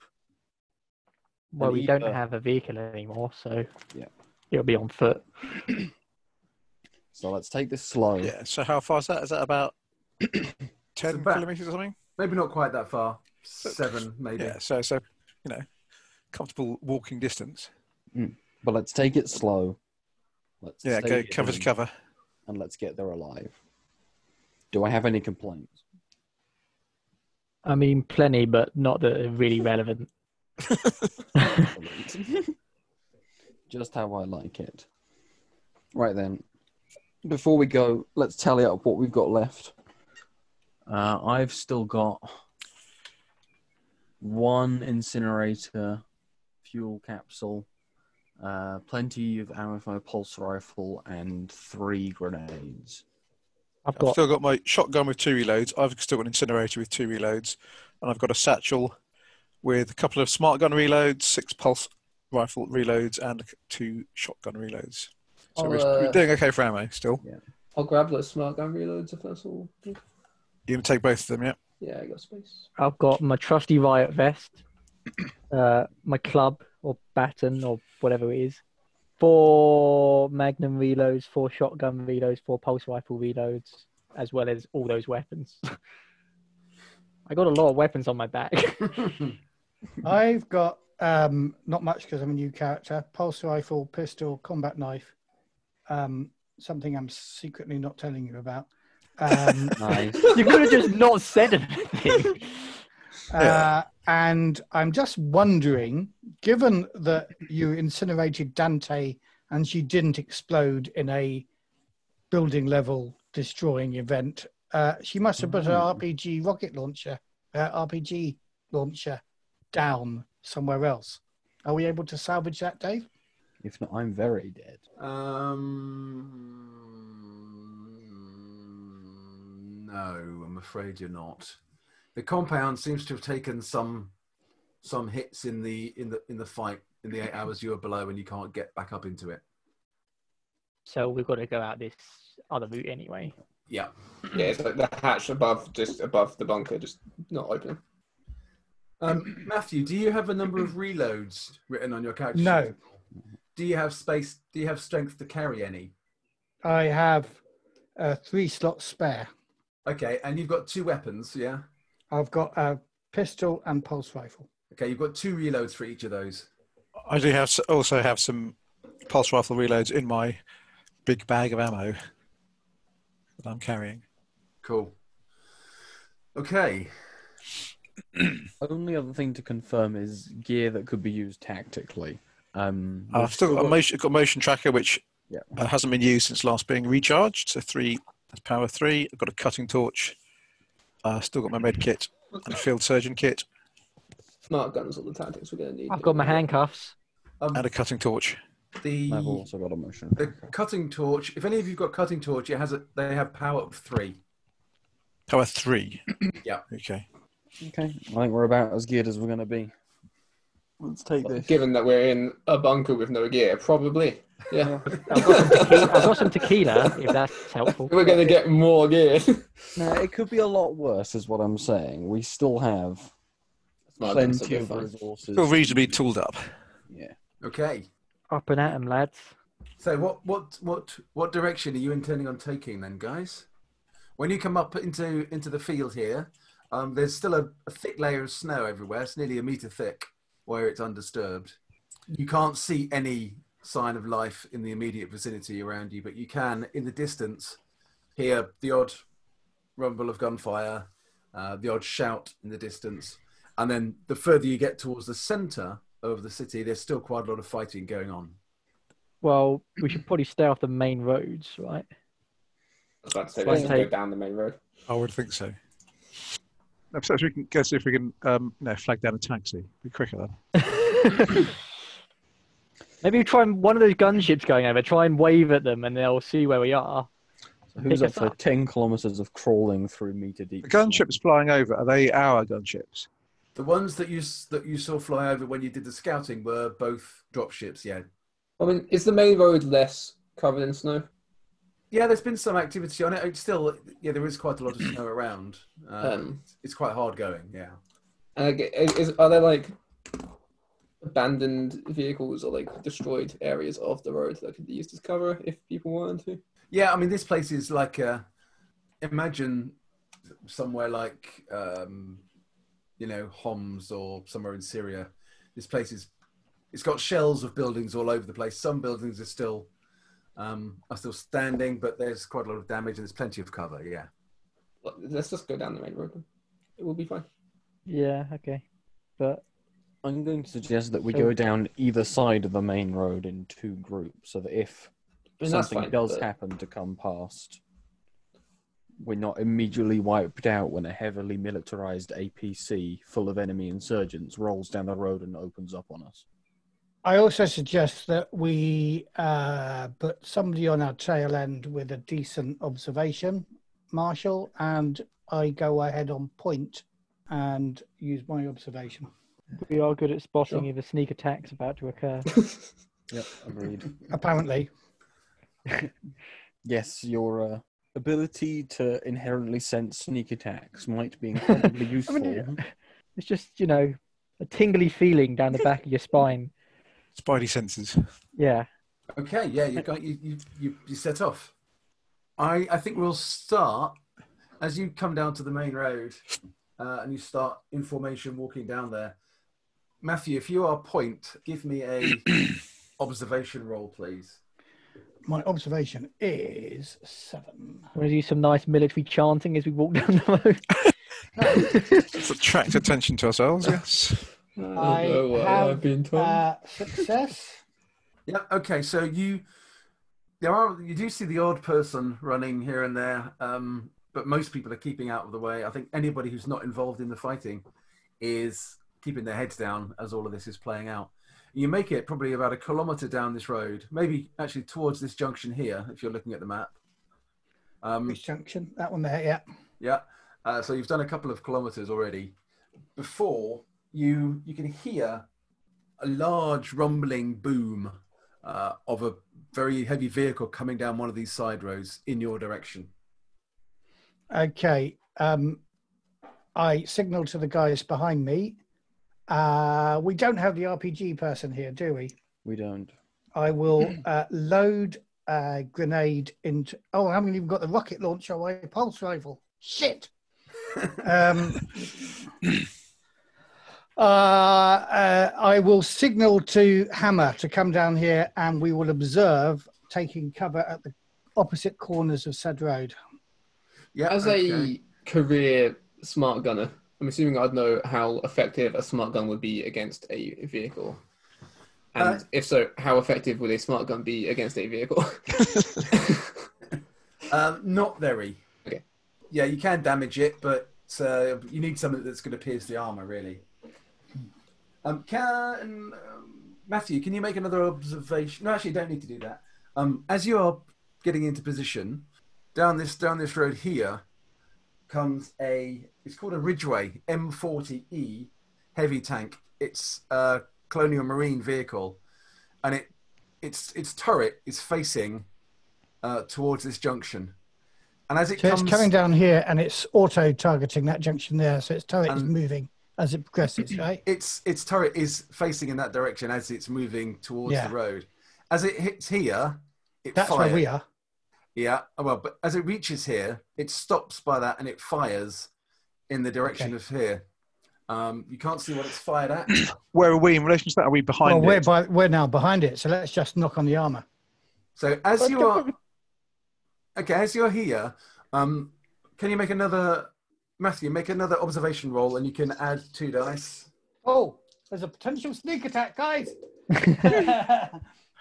Speaker 6: well,
Speaker 4: And
Speaker 6: we don't
Speaker 4: either-
Speaker 6: have a vehicle anymore, so
Speaker 4: Yeah.
Speaker 6: it'll be on foot.
Speaker 4: So let's take this slow.
Speaker 2: Yeah, so how far is that? Is that about 10
Speaker 1: about-
Speaker 2: kilometres or something?
Speaker 1: Maybe not quite that far. Seven, maybe.
Speaker 2: Yeah, so, so, you know, comfortable walking distance.
Speaker 4: But let's take it slow. Let's
Speaker 2: Yeah,
Speaker 4: take
Speaker 2: go
Speaker 4: it
Speaker 2: cover to
Speaker 4: in.
Speaker 2: cover.
Speaker 4: and let's get there alive. Do I have any complaints?
Speaker 6: I mean, plenty, but not that are really relevant.
Speaker 4: Excellent. Just how I like it. Right then, before we go, let's tally up what we've got left. Uh, I've still got one incinerator, fuel capsule, uh, plenty of ammo for my pulse rifle, and three grenades.
Speaker 6: I've
Speaker 2: I've
Speaker 6: got
Speaker 2: still got my shotgun with two reloads. I've still got an incinerator with two reloads, and I've got a satchel with a couple of smart gun reloads, six pulse rifle reloads, and two shotgun reloads. So
Speaker 5: I'll,
Speaker 2: we're,
Speaker 5: uh,
Speaker 2: we're doing okay for ammo still.
Speaker 5: I'll grab those smart gun reloads if that's all.
Speaker 2: You can take both of them, yeah.
Speaker 5: Yeah, I got space.
Speaker 6: I've got my trusty riot vest, uh, my club or baton or whatever it is, four magnum reloads, four shotgun reloads, four pulse rifle reloads, as well as all those weapons. I got a lot of weapons on my back.
Speaker 3: I've got um, not much because I'm a new character. Pulse rifle, pistol, combat knife. Um, something I'm secretly not telling you about. Um,
Speaker 4: Nice.
Speaker 6: You could have just not said anything.
Speaker 3: uh, and I'm just wondering, given that you incinerated Dante and she didn't explode in a building level destroying event, uh, she must have put an
Speaker 4: Mm.
Speaker 3: RPG rocket launcher, uh, RPG launcher, down somewhere else. Are we able to salvage that, Dave?
Speaker 4: If not, I'm very dead.
Speaker 1: Um, no, I'm afraid you're not. The compound seems to have taken some some hits in the in the in the fight in the eight hours you were below, and you can't get back up into it.
Speaker 6: so we've got to go out this other route anyway.
Speaker 1: Yeah.
Speaker 5: Yeah, it's like the hatch above, just above the bunker, just not opening.
Speaker 1: Um, Matthew, do you have a number of reloads written on your character?
Speaker 3: No.
Speaker 1: sheet? Do you have space? Do you have strength to carry any?
Speaker 3: I have uh, three slots spare.
Speaker 1: Okay, and you've got two weapons, yeah.
Speaker 3: I've got a pistol and pulse rifle.
Speaker 1: Okay, you've got two reloads for each of those.
Speaker 2: I do have s- also have some pulse rifle reloads in my big bag of ammo that I'm carrying.
Speaker 1: Cool. Okay.
Speaker 4: Only other thing to confirm is gear that could be used tactically. Um,
Speaker 2: I've still Uh, got a motion, got a motion tracker, which
Speaker 4: Yeah.
Speaker 2: uh, hasn't been used since last being recharged. So three, that's power three. I've got a cutting torch. Uh, still got my med kit and a field surgeon kit
Speaker 5: Smart guns, all the tactics we're going to need.
Speaker 6: I've got my handcuffs.
Speaker 1: Um,
Speaker 2: and a cutting torch.
Speaker 1: the
Speaker 4: I've also got a motion.
Speaker 1: the cutting torch. If any of you've got cutting torch, it has a, they have power up three.
Speaker 2: Power three.
Speaker 1: Yeah.
Speaker 2: Okay.
Speaker 4: Okay, I think we're about as geared as we're going to be. Let's take this.
Speaker 5: Given that we're in a bunker with no gear, probably. Yeah.
Speaker 6: I've got some tequila, I've got some tequila if that's helpful.
Speaker 5: we're going to get more gear.
Speaker 4: No, it could be a lot worse, is what I'm saying. We still have
Speaker 5: Smart
Speaker 4: plenty
Speaker 5: guns, so we're
Speaker 4: of
Speaker 5: fine.
Speaker 4: resources.
Speaker 2: Still reasonably tooled up.
Speaker 4: Yeah.
Speaker 1: Okay.
Speaker 6: Up and at 'em, lads.
Speaker 1: So what what what what direction are you intending on taking then, guys? When you come up into into the field here, um, there's still a, a thick layer of snow everywhere. It's nearly a meter thick where it's undisturbed. You can't see any sign of life in the immediate vicinity around you, but you can in the distance hear the odd rumble of gunfire, uh, the odd shout in the distance, and then the further you get towards the centre of the city, there's still quite a lot of fighting going on.
Speaker 6: Well, we should probably stay off the main roads, right?
Speaker 5: I was about to say,
Speaker 6: Fine
Speaker 5: let's just go
Speaker 6: take.
Speaker 5: down the main road.
Speaker 2: I would think so. No, Perhaps we can go see if we can um, no, flag down a taxi. Be quicker then.
Speaker 6: Maybe try and one of those gunships going over. Try and wave at them, and they'll see where we are.
Speaker 4: So who's up
Speaker 6: Pick us
Speaker 4: for
Speaker 6: up.
Speaker 4: 10 kilometers of crawling through meter deep?
Speaker 2: The
Speaker 4: snow?
Speaker 2: gunships flying over are they our gunships?
Speaker 1: The ones that you s- that you saw fly over when you did the scouting were both dropships. Yeah,
Speaker 5: I mean, is the main road less covered in snow?
Speaker 1: yeah. There's been some activity on it. It's still, yeah, there is quite a lot of snow around. Uh,
Speaker 5: Um,
Speaker 1: it's quite hard going. Yeah.
Speaker 5: and I get- is, are there like abandoned vehicles or like destroyed areas of the road that could be used as cover if people wanted to?
Speaker 1: Yeah, I mean, this place is like a. Imagine somewhere like, um, you know, Homs or somewhere in Syria. This place is. It's got shells of buildings all over the place. Some buildings are still, um, are still standing, but there's quite a lot of damage and there's plenty of cover. Yeah.
Speaker 5: Well, Let's just go down the main road. then. It will be fine.
Speaker 6: Yeah. Okay. But
Speaker 4: I'm going to suggest that we
Speaker 6: So-
Speaker 4: go down either side of the main road in two groups, so that if
Speaker 5: I mean, that's
Speaker 4: something
Speaker 5: fine,
Speaker 4: does
Speaker 5: but-
Speaker 4: happen to come past, we're not immediately wiped out when a heavily militarized APC full of enemy insurgents rolls down the road and opens up on us.
Speaker 3: I also suggest that we uh, put somebody on our tail end with a decent observation, Marshall, and I go ahead on point and use my observation.
Speaker 6: we are good at spotting
Speaker 5: Sure.
Speaker 6: if a sneak attack's about to occur.
Speaker 4: Yep, agreed.
Speaker 3: Apparently,
Speaker 4: yes, your uh, ability to inherently sense sneak attacks might be incredibly useful.
Speaker 6: It's just you know a tingly feeling down the back of your spine.
Speaker 2: Spidey senses.
Speaker 6: Yeah.
Speaker 1: Okay, yeah, you got you you you, you set off. I I think we'll start as you come down to the main road, uh, and you start in formation walking down there. Matthew, if you are point, give me a observation roll, please.
Speaker 3: My observation is seven.
Speaker 6: I'm going to do some nice military chanting as we walk down the road.
Speaker 2: Let's attract attention to ourselves, yes.
Speaker 5: I don't
Speaker 3: I
Speaker 5: know what
Speaker 3: have,
Speaker 5: uh, oh, I've been told.
Speaker 3: Uh, success.
Speaker 1: Yeah. Okay. So you there are you do see the odd person running here and there, um, but most people are keeping out of the way. I think anybody who's not involved in the fighting is keeping their heads down as all of this is playing out. You make it probably about a kilometer down this road, maybe actually towards this junction here, if you're looking at the map. Um,
Speaker 3: Which junction? That one there. Yeah.
Speaker 1: yeah. Uh, so you've done a couple of kilometers already. Before you, you can hear a large rumbling boom uh, of a very heavy vehicle coming down one of these side roads in your direction.
Speaker 3: Okay. Um, I signal to the guys behind me. Uh, we don't have the RPG person here, do we?
Speaker 4: We don't.
Speaker 3: I will uh, load a grenade into. Oh, I haven't even got the rocket launcher. My pulse rifle. Shit. um, uh, uh, I will signal to Hammer to come down here, and we will observe taking cover at the opposite corners of said road.
Speaker 1: Yeah.
Speaker 5: As
Speaker 1: okay.
Speaker 5: a career smart gunner, I'm assuming I'd know how effective a smart gun would be against a vehicle. And
Speaker 1: Uh,
Speaker 5: if so, how effective would a smart gun be against a vehicle?
Speaker 1: Um, not very.
Speaker 5: Okay.
Speaker 1: Yeah, you can damage it, but uh, you need something that's going to pierce the armor, really. Um, can um, Matthew? Can you make another observation? No, actually, you don't need to do that. Um, as you are getting into position down this down this road here, comes a it's called a Ridgeway M40E heavy tank. It's a colonial marine vehicle, and it its its turret is facing uh, towards this junction. And as it
Speaker 3: So
Speaker 1: comes,
Speaker 3: it's coming down here, and it's auto targeting that junction there. So its turret is
Speaker 1: Um,
Speaker 3: moving as it progresses, right?
Speaker 1: its its turret is facing in that direction as it's moving towards
Speaker 3: Yeah.
Speaker 1: the road. As it hits here, it
Speaker 3: That's
Speaker 1: fires.
Speaker 3: where we are.
Speaker 1: Yeah, oh, well, but as it reaches here, it stops by that and it fires in the direction
Speaker 3: Okay.
Speaker 1: of here. Um, you can't see what it's fired at.
Speaker 2: Where are we in relation to that? Are we
Speaker 3: Well,
Speaker 2: behind
Speaker 3: we're
Speaker 2: it?
Speaker 3: by, we're now behind it, so let's just knock on the armor.
Speaker 1: So as you are, okay, as you're here, um, can you make another, Matthew, make another observation roll, and you can add two dice.
Speaker 3: Oh, there's a potential sneak attack, guys. and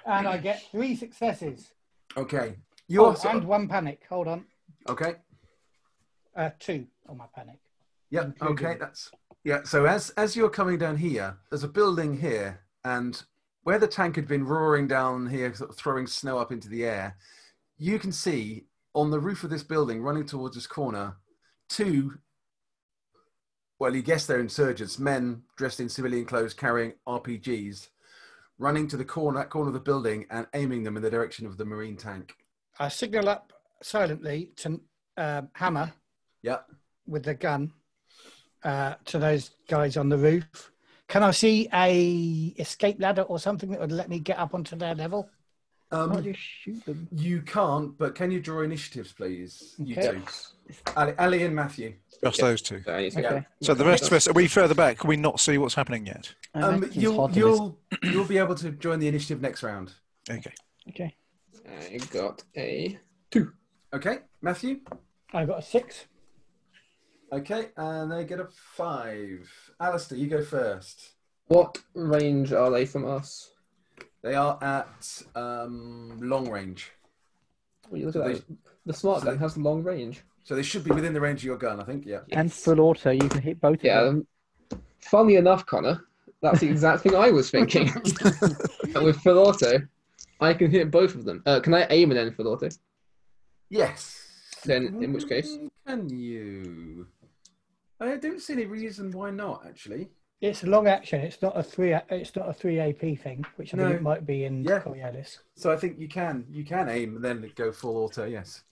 Speaker 3: I get three successes.
Speaker 1: Okay,
Speaker 3: Oh,
Speaker 1: you're
Speaker 3: and one panic. Hold on.
Speaker 1: okay.
Speaker 3: Uh, two on my panic.
Speaker 1: Yeah.
Speaker 3: included
Speaker 1: Okay.
Speaker 3: it.
Speaker 1: That's yeah. So as as you're coming down here, there's a building here, and where the tank had been roaring down here, sort of throwing snow up into the air, you can see on the roof of this building, running towards this corner, two. Well, you guess they're insurgents, men dressed in civilian clothes carrying RPGs, running to the corner corner of the building and aiming them in the direction of the marine tank.
Speaker 3: I signal up silently to um Hammer
Speaker 1: Yeah.
Speaker 3: with the gun uh, to those guys on the roof. Can I see a escape ladder or something that would let me get up onto their level?
Speaker 6: I'll
Speaker 1: Um,
Speaker 6: just shoot them.
Speaker 1: you can't, but can you draw initiatives, please? You
Speaker 3: Okay.
Speaker 1: do. Ali, Ali and Matthew.
Speaker 2: Just those two.
Speaker 5: So I need to
Speaker 1: Yeah.
Speaker 5: go.
Speaker 2: So the rest of us, are we further back? Can we not see what's happening yet?
Speaker 4: I
Speaker 1: Um,
Speaker 4: reckon it's
Speaker 1: you'll
Speaker 4: hard to listen.
Speaker 1: you'll you'll be able to join the initiative next round.
Speaker 2: Okay.
Speaker 6: Okay.
Speaker 5: I got a.
Speaker 1: Okay, Matthew.
Speaker 3: I got a six.
Speaker 1: Okay, and they get a five. Alistair, you go first.
Speaker 5: What range are they from us?
Speaker 1: They are at um, long range,
Speaker 5: Well, you look
Speaker 1: So
Speaker 5: at that. The smart gun has long range.
Speaker 1: so they should be within the range of your gun. I think. Yeah.
Speaker 6: And full auto, you can hit both
Speaker 5: Yeah.
Speaker 6: of them.
Speaker 5: um, Funnily enough, Connor, that's the exact thing I was thinking. and with full auto, I can hit both of them. Uh, can I aim and then full auto?
Speaker 1: Yes.
Speaker 5: Then, in which case?
Speaker 1: can you? I don't see any reason why not. Actually,
Speaker 3: It's a long action. It's not a three. It's not a three AP thing, which I
Speaker 1: No.
Speaker 3: think it might be in
Speaker 1: Yeah.
Speaker 3: Coriolis.
Speaker 1: so I think you can you can aim and then go full auto. Yes.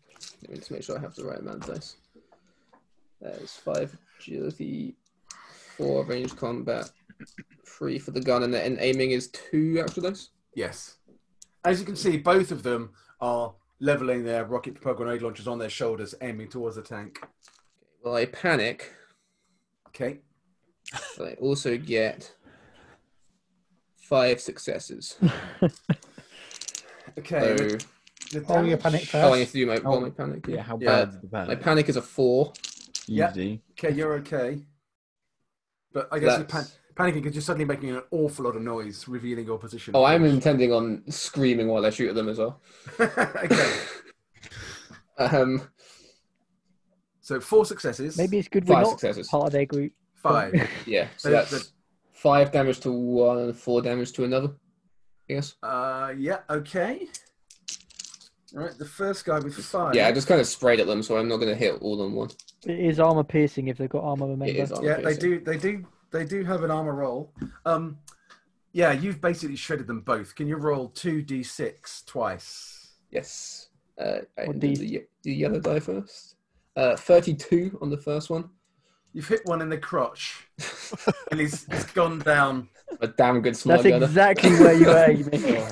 Speaker 5: Let me just make sure I have the right amount of dice. That is five agility, four range combat, three for the gun, and then aiming is two extra dice.
Speaker 1: Yes. As you can see, both of them are leveling their rocket propelled grenade launchers on their shoulders, aiming towards the tank.
Speaker 5: Well, I panic,
Speaker 1: Okay.
Speaker 5: but I also get five successes.
Speaker 1: Okay.
Speaker 5: So-
Speaker 1: the
Speaker 3: Roll your
Speaker 1: damage-
Speaker 3: panic
Speaker 5: oh, I need
Speaker 3: first.
Speaker 5: to do my, roll my panic.
Speaker 4: Yeah, how
Speaker 5: Yeah.
Speaker 4: bad is the bad?
Speaker 5: My panic is a four.
Speaker 7: yeah.
Speaker 4: Easy.
Speaker 1: Okay, you're okay. But I guess you're pan-
Speaker 5: That's-
Speaker 1: panicking because you're suddenly making an awful lot of noise, revealing your position.
Speaker 5: Oh, I'm intending on screaming while I shoot at them as well.
Speaker 1: okay.
Speaker 5: Um,
Speaker 1: So four successes.
Speaker 6: Maybe it's good we're
Speaker 5: five
Speaker 6: not
Speaker 5: successes.
Speaker 6: part of their group.
Speaker 1: five.
Speaker 5: Yeah, so
Speaker 1: So that's-
Speaker 5: that's five damage to one, four damage to another. Yes.
Speaker 1: Uh, yeah. Okay. Right. The first guy with five.
Speaker 5: Yeah, I just kind of sprayed at them, so I'm not going to hit all on one.
Speaker 6: It is armor piercing if they've got armor. Remember,
Speaker 5: It is armor
Speaker 1: yeah. They
Speaker 5: piercing.
Speaker 1: do. They do. They do have an armor roll. Um, yeah. You've basically shredded them both. Can you roll two d6 twice?
Speaker 5: Yes. Uh, I
Speaker 6: Or
Speaker 5: did
Speaker 6: D.
Speaker 5: the, ye- the yellow die first. Uh, 32 on the first one.
Speaker 1: You've hit one in the crotch, and he's, he's gone down.
Speaker 5: A damn good slug.
Speaker 6: That's exactly where you were aiming.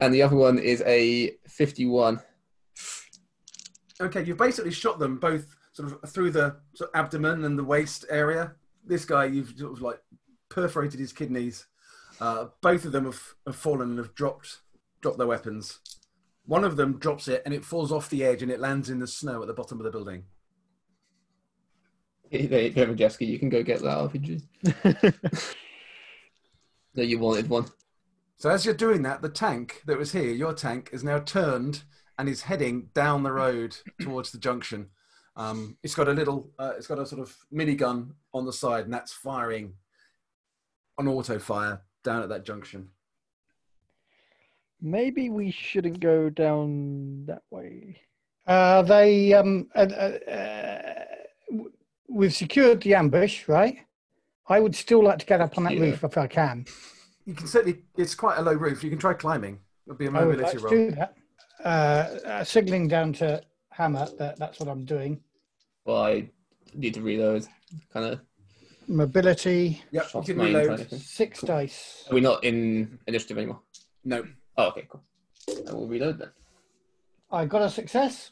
Speaker 5: and the other one is a 51.
Speaker 1: Okay, you've basically shot them both sort of through the sort of abdomen and the waist area. This guy, you've sort of like perforated his kidneys. Uh, both of them have, have fallen and have dropped dropped their weapons. One of them drops it and it falls off the edge and it lands in the snow at the bottom of the building.
Speaker 5: Hey, there, Jeski, you can go get that RPG. no, you wanted one.
Speaker 1: So as you're doing that, the tank that was here, your tank, is now turned and is heading down the road towards the junction. Um, it's got a little, uh, it's got a sort of minigun on the side, and that's firing on auto fire down at that junction.
Speaker 6: Maybe we shouldn't go down that way.
Speaker 3: Uh, they um, uh, uh, uh, w- we've secured the ambush, right? I would still like to get up on that
Speaker 5: Yeah.
Speaker 3: roof if I can.
Speaker 1: You can certainly, it's quite a low roof. You can try climbing. It'll be a
Speaker 3: I would
Speaker 1: mobility
Speaker 3: like to
Speaker 1: roll.
Speaker 3: do that. Uh, uh, signaling down to Hammer that that's what I'm doing.
Speaker 5: Well, I need to reload. Kind of.
Speaker 3: Mobility,
Speaker 1: Yep, you
Speaker 5: Shot
Speaker 1: can
Speaker 5: mine, kind
Speaker 1: reload.
Speaker 5: of.
Speaker 3: six dice.
Speaker 5: Are we not in initiative anymore?
Speaker 1: No.
Speaker 5: Oh, okay, cool. I will reload then.
Speaker 3: I got a success.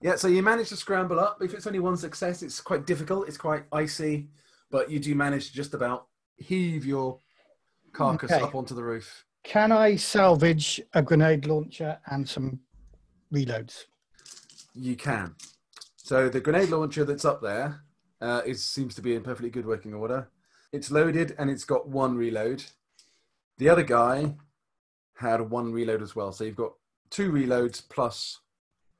Speaker 1: Yeah, so you manage to scramble up. If it's only one success, it's quite difficult. It's quite icy, but you do manage to just about heave your carcass
Speaker 3: Okay.
Speaker 1: up onto the roof.
Speaker 3: Can I salvage a grenade launcher and some reloads?
Speaker 1: You can. So the grenade launcher that's up there uh, is seems to be in perfectly good working order. It's loaded and it's got one reload. The other guy had one reload as well. So you've got two reloads plus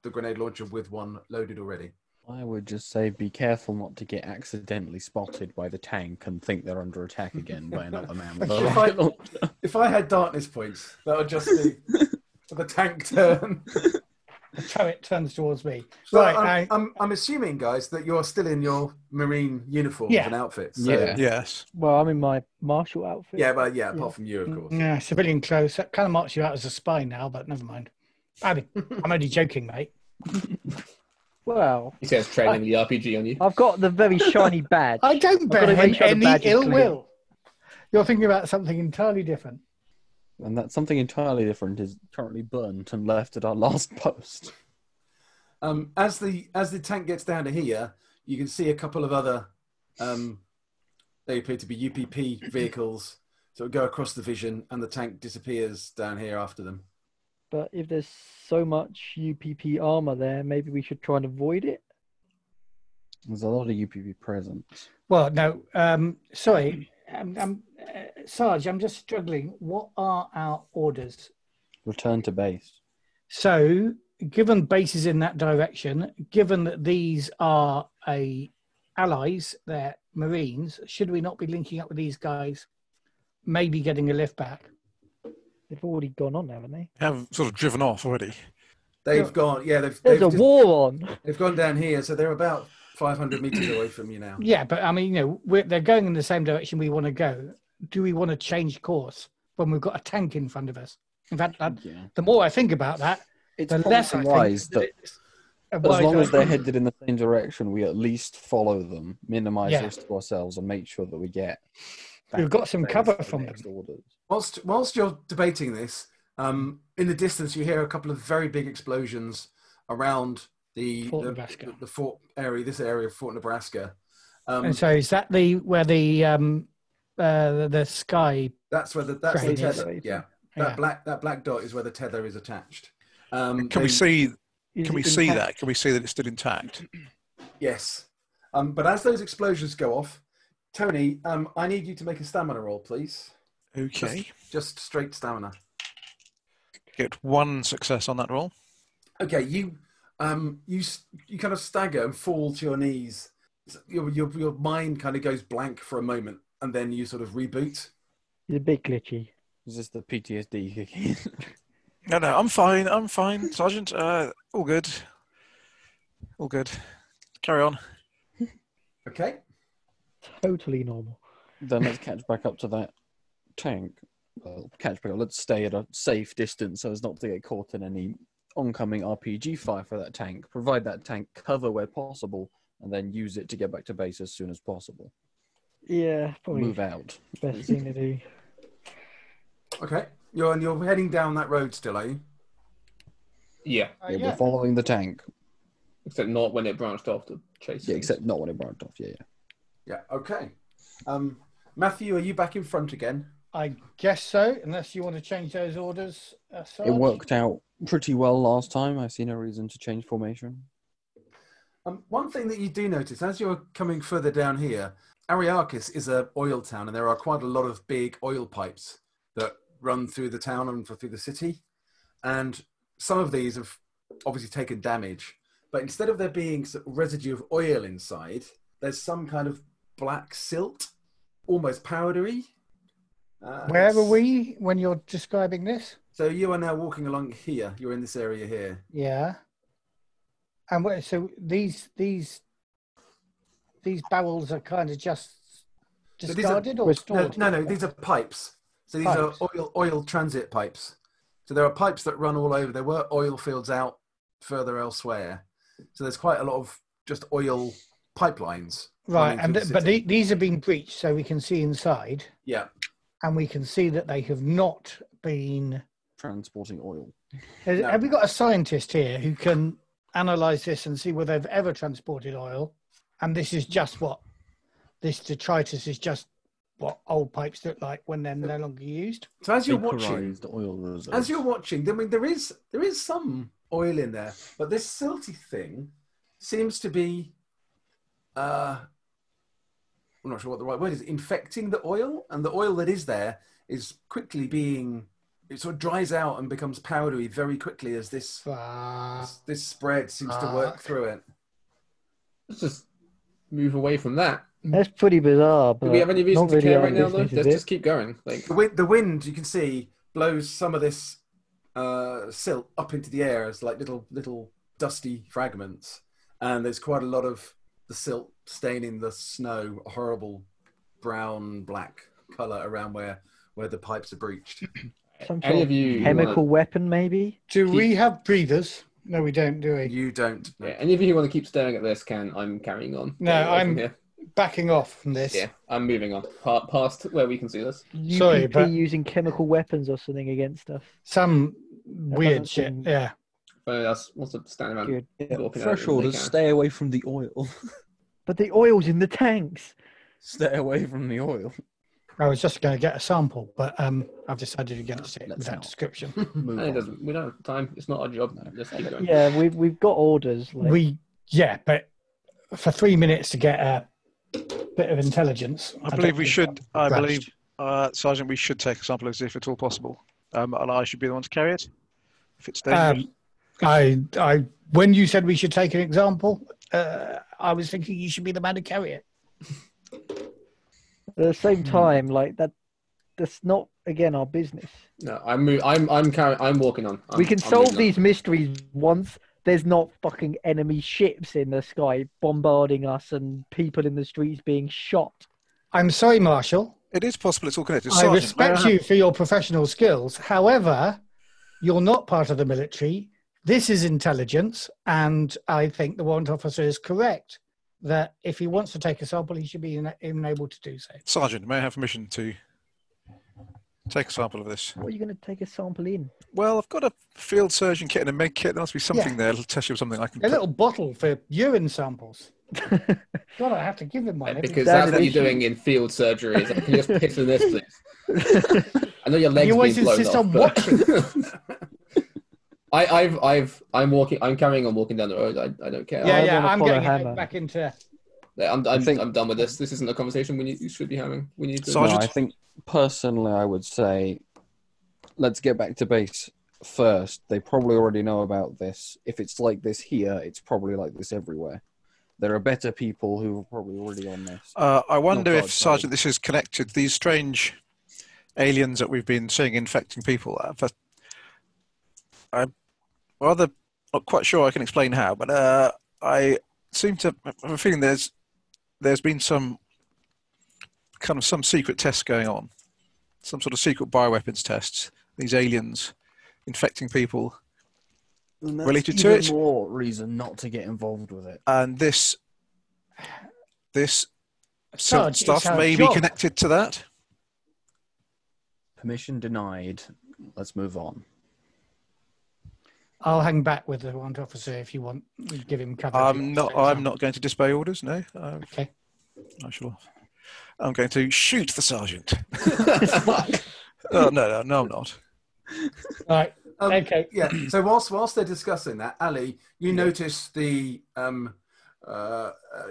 Speaker 1: the grenade launcher with one loaded already.
Speaker 4: I would just say be careful not to get accidentally spotted by the tank and think they're under attack again by another man with a
Speaker 1: If I-
Speaker 4: rocket launcher.
Speaker 1: If I had darkness points, that would just be for the tank turn.
Speaker 3: The turret turns towards me.
Speaker 1: So
Speaker 3: Right,
Speaker 1: I'm,
Speaker 3: I-
Speaker 1: I'm, I'm assuming, guys, that you're still in your marine uniforms
Speaker 3: Yeah.
Speaker 1: and outfits. So,
Speaker 4: Yeah.
Speaker 2: Yes.
Speaker 6: Well, I'm in my martial outfit.
Speaker 1: Yeah, but yeah, apart from you, of course.
Speaker 3: Yeah, civilian clothes. That kind of marks you out as a spy now, but never mind. I mean, I'm only joking, mate.
Speaker 6: Well,
Speaker 5: He says training the RPG on you.
Speaker 6: I've got the very shiny badge.
Speaker 3: I don't
Speaker 6: gotta
Speaker 3: bear him
Speaker 6: make sure the
Speaker 3: any
Speaker 6: badge is
Speaker 3: ill
Speaker 6: clear.
Speaker 3: will. You're thinking about something entirely different.
Speaker 4: And that's something entirely different is currently burnt and left at our last post.
Speaker 1: Um, as the as the tank gets down to here, you can see a couple of other um, they appear to be UPP vehicles sort of go across the vision, and the tank disappears down here after them.
Speaker 6: But if there's so much UPP armor there, maybe we should try and avoid it.
Speaker 4: There's a lot of UPB present.
Speaker 3: Well, no, um, sorry, um, um, uh, Sarge, I'm just struggling. What are our orders?
Speaker 4: Return to base.
Speaker 3: So, given bases in that direction, given that these are a allies, they're Marines, should we not be linking up with these guys? Maybe getting a lift back.
Speaker 6: They've already gone on, haven't they?
Speaker 2: Have sort of driven off already.
Speaker 1: They've gone, yeah, they've
Speaker 6: There's
Speaker 1: they've,
Speaker 6: a
Speaker 1: just-
Speaker 6: war on.
Speaker 1: they've gone down here, so they're about 500 meters away from you now.
Speaker 3: Yeah, but I mean, you know, we're, they're going in the same direction we want to go. Do we want to change course when we've got a tank in front of us? In fact, I,
Speaker 4: Yeah.
Speaker 3: the more I think about that,
Speaker 4: It's
Speaker 3: the less I think
Speaker 4: wise that
Speaker 3: it's a
Speaker 4: as
Speaker 3: wise
Speaker 4: long as they're
Speaker 3: idea.
Speaker 4: headed in the same direction, we at least follow them, minimize
Speaker 3: Yeah.
Speaker 4: risk to ourselves, and make sure that we get.
Speaker 3: We've got some cover from
Speaker 4: next Orders.
Speaker 1: Whilst whilst you're debating this, um, in the distance you hear a couple of very big explosions around the
Speaker 3: Fort
Speaker 1: the,
Speaker 3: Nebraska.
Speaker 1: the fort area, this area of Fort Nebraska. Um,
Speaker 3: And so is that the where the um, uh, the, the sky.
Speaker 1: That's where the that's the
Speaker 3: Crane is.
Speaker 1: tether. Yeah, that
Speaker 3: Yeah.
Speaker 1: black that black dot is where the tether is attached. Um,
Speaker 2: Can we
Speaker 1: they-
Speaker 2: see?
Speaker 6: Is
Speaker 2: Can
Speaker 6: it
Speaker 2: we see
Speaker 6: intact?
Speaker 2: that? Can we see that it's still intact?
Speaker 1: Yes. Um, but as those explosions go off, Tony, um, I need you to make a stamina roll, please.
Speaker 2: Okay.
Speaker 1: Just straight stamina.
Speaker 2: Get one success on that roll.
Speaker 1: Okay, you um, you s- you kind of stagger and fall to your knees. S- Your, your your mind kind of goes blank for a moment, and then you sort of reboot.
Speaker 6: It's a bit glitchy.
Speaker 4: Is this the PTSD kicking in?
Speaker 2: No, no, I'm fine. I'm fine, Sergeant. Uh, all good. All good. Carry on.
Speaker 1: Okay.
Speaker 6: Totally normal.
Speaker 4: then let's catch back up to that tank. Well, catch back up. Let's stay at a safe distance so as not to get caught in any oncoming RPG fire for that tank. Provide that tank cover where possible, and then use it to get back to base as soon as possible.
Speaker 6: Yeah, probably
Speaker 4: Move out.
Speaker 6: the best thing to do.
Speaker 1: Okay. You're and you're heading down that road still, are you?
Speaker 5: Yeah,
Speaker 3: Uh,
Speaker 4: yeah,
Speaker 3: yeah.
Speaker 4: we're following the tank.
Speaker 5: except not when it branched off to chase.
Speaker 4: Yeah,
Speaker 5: things.
Speaker 4: except not when it burnt off. Yeah, yeah.
Speaker 1: Yeah. Okay. Um, Matthew, are you back in front again?
Speaker 3: I guess so, unless you want to change those orders. Uh, Sarge.
Speaker 4: It worked out pretty well last time. I see no reason to change formation.
Speaker 1: Um, one thing that you do notice as you're coming further down here, Ariarchis is a oil town, and there are quite a lot of big oil pipes that run through the town and through the city. And some of these have obviously taken damage, but instead of there being sort of residue of oil inside, there's some kind of black silt, almost powdery. Uh,
Speaker 3: Where were
Speaker 1: it's-
Speaker 3: we when you're describing this?
Speaker 1: So you are now walking along here. You're in this area here.
Speaker 3: Yeah. And what, so these these these barrels are kind of just
Speaker 1: So these are-
Speaker 3: discarded or
Speaker 1: No,
Speaker 3: stored?
Speaker 1: no, no, these are pipes. So these
Speaker 3: Pipes.
Speaker 1: are oil oil transit pipes. So there are pipes that run all over. There were oil fields out further elsewhere. So there's quite a lot of just oil pipelines.
Speaker 3: right.
Speaker 1: running
Speaker 3: And
Speaker 1: through
Speaker 3: th-
Speaker 1: the
Speaker 3: but
Speaker 1: city.
Speaker 3: the, these have been breached, so we can see inside,
Speaker 1: yeah,
Speaker 3: and we can see that they have not been.
Speaker 4: Transporting oil.
Speaker 3: Has,
Speaker 1: No.
Speaker 3: Have we got a scientist here who can analyze this and see whether they've ever transported oil? And this is just what this detritus is just what old pipes look like when they're no longer used.
Speaker 1: So as you're watching,
Speaker 4: Vaporized oil reserves.
Speaker 1: as you're watching, I mean, there is there is some oil in there, but this silty thing seems to be. Uh, I'm not sure what the right word is. Infecting the oil, and the oil that is there is quickly being. It sort of dries out and becomes powdery very quickly as this
Speaker 3: Fuck.
Speaker 1: this, this spread seems to work
Speaker 3: Fuck.
Speaker 1: through it.
Speaker 5: let's just move away from that.
Speaker 6: That's pretty bizarre.
Speaker 5: Do
Speaker 6: But
Speaker 5: we have any reason
Speaker 6: Uh, not
Speaker 5: to
Speaker 6: really
Speaker 5: care
Speaker 6: our
Speaker 5: right now, though?
Speaker 6: business,
Speaker 5: Let's
Speaker 6: is it?
Speaker 5: just keep going. Like,
Speaker 1: The wind, the wind, you can see, blows some of this uh, silt up into the air as like little little dusty fragments, and there's quite a lot of the silt staining the snow, a horrible brown black color around where where the pipes are breached.
Speaker 6: Some sort
Speaker 5: any
Speaker 6: of
Speaker 5: of you who
Speaker 6: chemical
Speaker 5: wanna-
Speaker 6: weapon, maybe?
Speaker 3: Do
Speaker 5: Keep-
Speaker 3: we have breathers? No, we don't, do we?
Speaker 1: you don't. know.
Speaker 5: yeah, any of you who want to keep staring at this, can I'm carrying on.
Speaker 3: No,
Speaker 5: Away from
Speaker 3: I'm-
Speaker 5: here.
Speaker 3: Backing off from this.
Speaker 5: Yeah, I'm moving on pa- past where we can see this.
Speaker 6: UPP
Speaker 3: Sorry, but-
Speaker 6: using chemical weapons or something against us.
Speaker 3: Some weird
Speaker 6: doesn't
Speaker 3: shit.
Speaker 6: seem-
Speaker 3: Yeah.
Speaker 5: But that's wants to stand around.
Speaker 6: Good.
Speaker 4: Yeah,
Speaker 5: walking out
Speaker 4: fresh
Speaker 5: as they
Speaker 4: orders.
Speaker 5: can.
Speaker 4: Stay away from the oil.
Speaker 6: But the oil's in the tanks.
Speaker 4: stay away from the oil.
Speaker 3: I was just going to get a sample, but um, I've decided against it
Speaker 4: Let's
Speaker 3: with that
Speaker 4: not.
Speaker 3: description.
Speaker 4: Move
Speaker 5: No, it
Speaker 4: on.
Speaker 5: doesn't. We don't have time. It's not our job.
Speaker 4: No.
Speaker 5: Just keep going.
Speaker 6: Yeah, we've we've got orders. Like,
Speaker 3: We, yeah, but for three minutes to get a bit of intelligence.
Speaker 2: I
Speaker 3: don't
Speaker 2: believe we
Speaker 3: think
Speaker 2: should.
Speaker 3: that-
Speaker 2: I
Speaker 3: rushed.
Speaker 2: believe, uh, Sergeant, we should take a sample of this if at all possible. Um, and I should be the one to carry it if it's dangerous.
Speaker 3: Um, I, I, when you said we should take an example, uh, I was thinking you should be the man to carry it.
Speaker 6: at the same
Speaker 4: Hmm.
Speaker 6: time, like that. That's not again our business.
Speaker 5: No, I'm move, I'm I'm carrying. I'm walking on. I'm,
Speaker 6: we can
Speaker 5: I'm
Speaker 6: solve
Speaker 5: moving on.
Speaker 6: these mysteries once there's not fucking enemy ships in the sky bombarding us and people in the streets being shot.
Speaker 3: I'm sorry, Marshall.
Speaker 2: it is possible it's all connected.
Speaker 3: I
Speaker 2: Sergeant,
Speaker 3: respect
Speaker 2: may I
Speaker 3: you for your professional skills. However, you're not part of the military. This is intelligence, and I think the warrant officer is correct that if he wants to take a sample, he should be en- enabled to do so.
Speaker 2: have- Sergeant, may I have permission to take a sample of this?
Speaker 6: What are you going to take a sample in?
Speaker 2: Well, I've got a field surgeon kit and a med kit. There must be something there. It'll test you something I can
Speaker 3: A
Speaker 2: put
Speaker 3: little bottle for urine samples. God, I have to give him one. every-
Speaker 5: because that's
Speaker 6: That is
Speaker 5: what you're
Speaker 6: actually-
Speaker 5: doing in field surgery. Is like, can you just piss in this, please? I know your legs.
Speaker 3: You always
Speaker 5: being blown
Speaker 3: insist
Speaker 5: off,
Speaker 3: on
Speaker 5: but... I, I've, I've, I'm walking. I'm carrying on walking down the road. I, I don't care.
Speaker 3: yeah,
Speaker 6: I
Speaker 3: yeah,
Speaker 6: wanna
Speaker 3: I'm
Speaker 6: follow
Speaker 3: getting
Speaker 6: Hannah.
Speaker 3: it back into.
Speaker 5: I'm, I'm,
Speaker 4: think-
Speaker 5: I'm done with this. This isn't a conversation we need, you should be having. We need to.
Speaker 4: No,
Speaker 2: Sergeant?
Speaker 4: I think personally, I would say let's get back to base first. They probably already know about this. If it's like this here, it's probably like this everywhere. There are better people who are probably already on this.
Speaker 2: Uh, I wonder
Speaker 4: God,
Speaker 2: if, Sergeant, this is connected. These strange aliens that we've been seeing infecting people. uh, but I'm rather not quite sure I can explain how, but uh, I seem to have a feeling there's there's been some kind of some secret test going on, some sort of secret bioweapons tests. These aliens infecting people,
Speaker 4: And that's
Speaker 2: Related to
Speaker 4: even
Speaker 2: it?
Speaker 4: more reason not to get involved with it.
Speaker 2: and this this
Speaker 3: Sarge, it's
Speaker 2: stuff
Speaker 3: our
Speaker 2: may be
Speaker 3: job.
Speaker 2: connected to that.
Speaker 4: Permission denied. Let's move on.
Speaker 3: I'll hang back with the warrant officer if you want. Give him cover. if he
Speaker 2: I'm
Speaker 3: wants
Speaker 2: not.
Speaker 3: to.
Speaker 2: I'm not going to disobey orders. No, i
Speaker 3: Okay.
Speaker 2: I shall. I'm going to shoot the sergeant. Oh, no, no, no, I'm not.
Speaker 3: All right.
Speaker 1: Um,
Speaker 3: Okay.
Speaker 1: Yeah. So whilst whilst they're discussing that, Ali, you notice the um, uh, uh,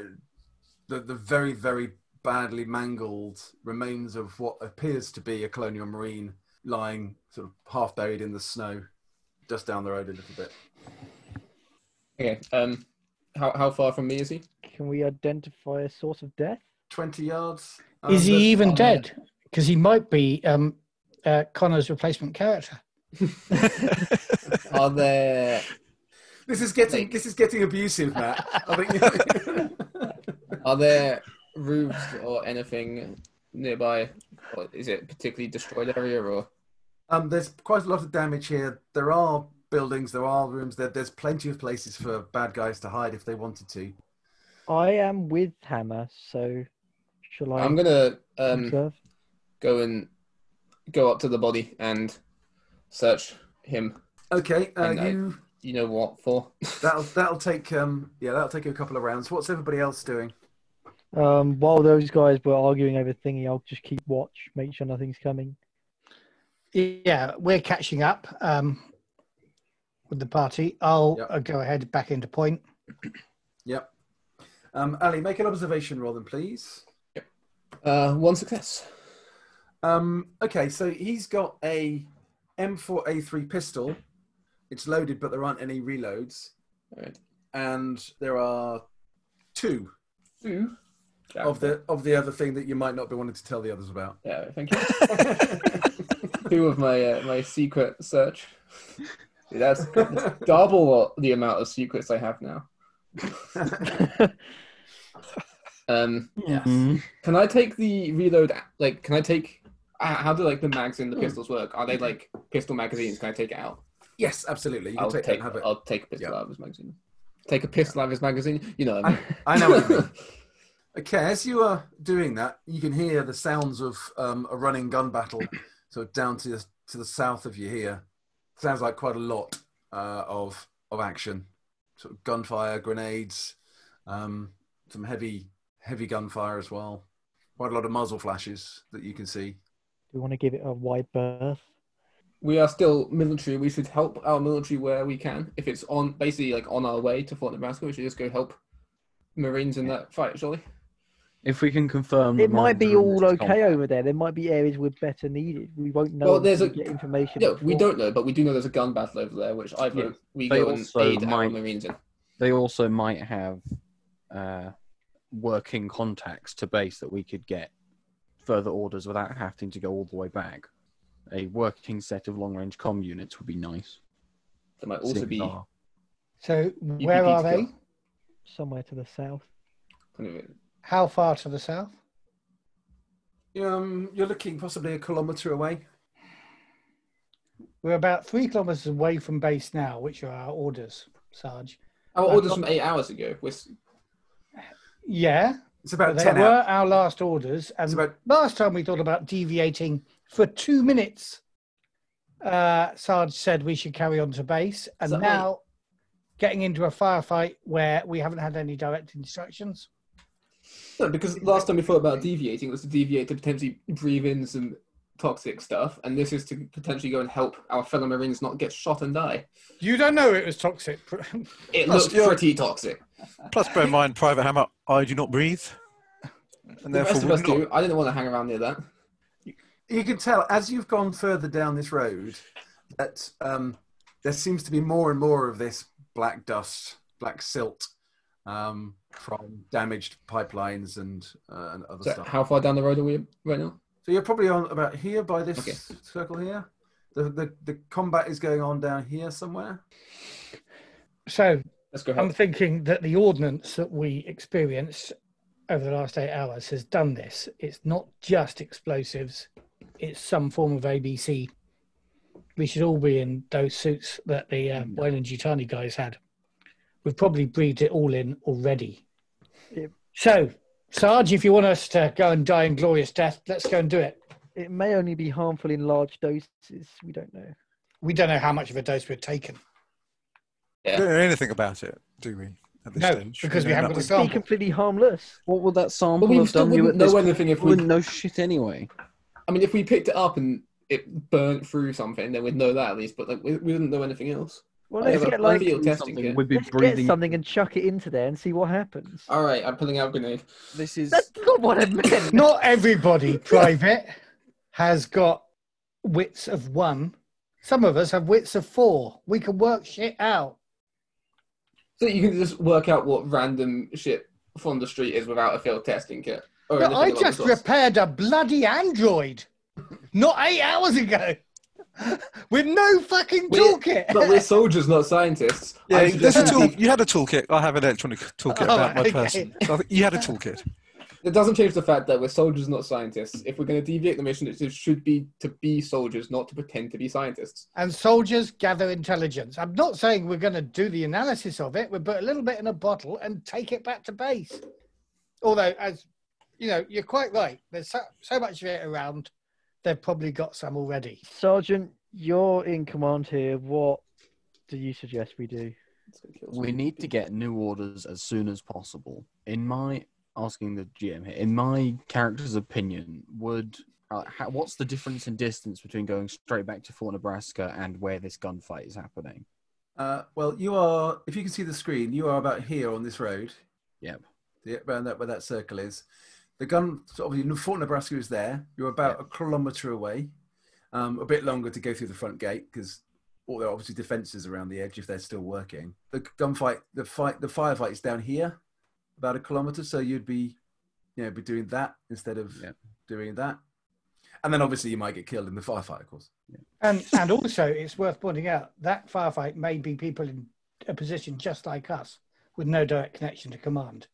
Speaker 1: the the very very badly mangled remains of what appears to be a colonial marine lying sort of half buried in the snow, just down the road a little bit.
Speaker 5: okay. Um, how, how far from me is he?
Speaker 6: Can we identify a source of death?
Speaker 1: Twenty yards. um,
Speaker 3: Is he
Speaker 1: there's-
Speaker 3: even
Speaker 1: um,
Speaker 3: dead? Because he might be um, uh, Connor's replacement character.
Speaker 5: Are there
Speaker 1: This is getting this is getting abusive, Matt. I think.
Speaker 5: are there roofs or anything nearby? Or is it a particularly destroyed area or?
Speaker 1: Um, there's quite a lot of damage here. There are buildings, there are rooms, there, there's plenty of places for bad guys to hide if they wanted to.
Speaker 6: I am with Hammer, so shall I
Speaker 5: I'm gonna um,
Speaker 6: observe?
Speaker 5: go and go up to the body and search him.
Speaker 1: Okay, uh,
Speaker 5: And I-
Speaker 1: you
Speaker 5: You know what for?
Speaker 1: that'll that'll take um yeah that'll take you a couple of rounds. What's everybody else doing?
Speaker 6: Um, while those guys were arguing over thingy, I'll just keep watch, make sure nothing's coming.
Speaker 3: Yeah, we're catching up um, with the party. I'll
Speaker 1: Yep.
Speaker 3: uh, go ahead back into point.
Speaker 1: Yep. Um, Ali, make an observation roll, then please.
Speaker 5: Uh, one success.
Speaker 1: Um, okay, so he's got a M4A3 pistol. It's loaded, but there aren't any reloads,
Speaker 5: Alright.
Speaker 1: and there are two
Speaker 5: Two. Jack.
Speaker 1: of the of the other thing that you might not be wanting to tell the others about.
Speaker 5: Yeah, thank you. Two of my uh, my secret search. That's double the amount of secrets I have now. Um,
Speaker 1: Yes.
Speaker 4: Mm-hmm.
Speaker 5: can I take the reload? Like, can I take? h- How do like the mags in the
Speaker 1: Hmm.
Speaker 5: pistols work? Are they like pistol magazines? Can I take it out?
Speaker 1: Yes, absolutely. You can
Speaker 5: I'll
Speaker 1: take,
Speaker 5: take.
Speaker 1: that and have it.
Speaker 5: I'll take a pistol
Speaker 1: Yeah.
Speaker 5: out of his magazine. Take a pistol out of his magazine. You know. What I
Speaker 1: I,
Speaker 5: mean.
Speaker 1: I know what you mean. Okay, as you are doing that, you can hear the sounds of um, a running gun battle, sort of down to the, to the south of you here. Sounds like quite a lot uh, of of action, sort of gunfire, grenades, um, some heavy heavy gunfire as well. Quite a lot of muzzle flashes that you can see.
Speaker 6: Do we want to give it a wide berth?
Speaker 5: we are still military. We should help our military where we can. If it's on basically like on our way to Fort Nebraska, we should just go help Marines in that fight, surely.
Speaker 4: If we can confirm, the
Speaker 6: It might be
Speaker 4: manager in
Speaker 6: all
Speaker 4: this
Speaker 6: okay
Speaker 4: combat-
Speaker 6: over there. There might be areas we're better needed. We won't know
Speaker 5: Well,
Speaker 6: until
Speaker 5: there's
Speaker 6: we
Speaker 5: a-
Speaker 6: get information.
Speaker 5: No, we
Speaker 6: before.
Speaker 5: don't know, but we do know there's a gun battle over there, which I vote we
Speaker 4: They
Speaker 5: go and
Speaker 4: also
Speaker 5: aid our
Speaker 4: might-
Speaker 5: Marines in.
Speaker 4: They also might have uh, working contacts to base that we could get further orders without having to go all the way back. A working set of long-range com units would be nice.
Speaker 5: There might also
Speaker 4: seeing
Speaker 5: be
Speaker 4: as our-
Speaker 3: So,
Speaker 5: UPD
Speaker 3: where are
Speaker 5: to
Speaker 3: they?
Speaker 5: kill.
Speaker 6: Somewhere to the south.
Speaker 5: Kind of-
Speaker 3: How far to the south?
Speaker 1: Um, you're looking possibly a kilometre away.
Speaker 3: We're about three kilometers away from base now, which are our orders, Sarge.
Speaker 5: Our orders from eight hours ago. We're, s-
Speaker 3: Yeah,
Speaker 1: It's about
Speaker 3: they
Speaker 1: ten
Speaker 3: were um,
Speaker 1: hours.
Speaker 3: our last orders. And
Speaker 1: It's about-
Speaker 3: last time we thought about deviating for two minutes, uh, Sarge said we should carry on to base. And
Speaker 5: that
Speaker 3: now getting into a firefight where we haven't had any direct instructions.
Speaker 5: No, because last time we thought about deviating was to deviate to potentially breathe in some toxic stuff, and this is to potentially go and help our fellow Marines not get shot and die.
Speaker 3: You don't know it was toxic.
Speaker 5: It
Speaker 2: Plus,
Speaker 5: looks
Speaker 2: you're-
Speaker 5: pretty toxic.
Speaker 2: Plus, bear in mind, Private Hammer, I do not breathe. And
Speaker 5: The rest
Speaker 2: therefore,
Speaker 5: of
Speaker 2: would
Speaker 5: us
Speaker 2: not,
Speaker 5: do. I didn't want to hang around near that.
Speaker 1: you can tell as you've gone further down this road that um, there seems to be more and more of this black dust, black silt um, from damaged pipelines and uh, and other
Speaker 5: So
Speaker 1: stuff.
Speaker 5: how far down the road are we right now?
Speaker 1: so you're probably on about here by this
Speaker 5: Okay.
Speaker 1: circle here. The, the the combat is going on down here somewhere.
Speaker 3: So
Speaker 5: Let's go.
Speaker 3: I'm
Speaker 5: Help.
Speaker 3: thinking that the ordnance that we experienced over the last eight hours has done this. It's not just explosives, it's some form of ABC. We should all be in those suits that the uh, Wayland Jutani guys had. We've probably breathed it all in already.
Speaker 6: Yep.
Speaker 3: So, Sarge, if you want us to go and die in glorious death, let's go and do it.
Speaker 6: It may only be harmful in large doses. We don't know.
Speaker 3: We don't know how much of a dose we've taken.
Speaker 2: we don't know anything about it, do we? At this
Speaker 3: No,
Speaker 2: stage,
Speaker 3: because we
Speaker 2: know
Speaker 3: haven't got
Speaker 2: nothing.
Speaker 3: a
Speaker 6: Be
Speaker 3: sample.
Speaker 6: completely harmless.
Speaker 4: What would that
Speaker 5: But
Speaker 4: sample
Speaker 5: we
Speaker 4: have
Speaker 5: still
Speaker 4: done you at
Speaker 5: wouldn't
Speaker 4: this
Speaker 5: know
Speaker 4: point?
Speaker 5: anything if
Speaker 4: We
Speaker 5: we.
Speaker 4: wouldn't know shit anyway.
Speaker 5: I mean, if we picked it up and it burnt through something, then we'd know that at least. But like, we, we wouldn't know anything else.
Speaker 6: Well,
Speaker 5: I
Speaker 6: let's
Speaker 5: have a
Speaker 6: get like
Speaker 5: field testing
Speaker 4: Something
Speaker 5: kit.
Speaker 4: We'd be
Speaker 6: let's get
Speaker 4: breathing.
Speaker 6: something and chuck it into there and see what happens.
Speaker 5: All right, I'm pulling out a grenade.
Speaker 4: This is
Speaker 6: That's not what I meant.
Speaker 3: Not everybody, private, has got wits of one. Some of us have wits of four. We can work shit out.
Speaker 5: So you can just work out what random shit from the street is without a field testing kit. Or
Speaker 3: Look,
Speaker 5: anything
Speaker 3: I
Speaker 5: along
Speaker 3: just
Speaker 5: those lines.
Speaker 3: repaired a bloody android not eight hours ago with no fucking
Speaker 5: We're-
Speaker 3: toolkit.
Speaker 5: But we're soldiers, not scientists.
Speaker 2: Yeah,
Speaker 5: I'm
Speaker 2: there's a
Speaker 5: suggesting
Speaker 2: tool.
Speaker 5: devi-
Speaker 2: You had a toolkit. I have an electronic toolkit
Speaker 3: Oh,
Speaker 2: about my
Speaker 3: okay.
Speaker 2: person. So I think you had a toolkit.
Speaker 5: It doesn't change the fact that we're soldiers, not scientists. If we're going to deviate the mission, it just should be to be soldiers, not to pretend to be scientists.
Speaker 3: and soldiers gather intelligence. I'm not saying we're going to do the analysis of it. We put a little bit in a bottle and take it back to base. Although, as you know, you're quite right. There's so, so much of it around. They've probably got some already.
Speaker 6: Sergeant, you're in command here. What do you suggest we do?
Speaker 4: we need to get new orders as soon as possible. In my asking the GM here, in my character's opinion, would uh, ha, what's the difference in distance between going straight back to Fort Nebraska and where this gunfight is happening?
Speaker 1: Uh, well, you are if you can see the screen, you are about here on this road.
Speaker 4: Yep.
Speaker 1: Yeah, around that where that circle is. The gun, so obviously, Fort Nebraska is there. You're about a kilometre away, um, a bit longer to go through the front gate because all there are obviously defences around the edge if they're still working. The gunfight, the fight, the firefight is down here, about a kilometre. So you'd be, you know, be doing that instead of
Speaker 4: Yeah.
Speaker 1: doing that. And then obviously you might get killed in the firefight, of course.
Speaker 3: And and also, it's worth pointing out that firefight may be people in a position just like us with no direct connection to command.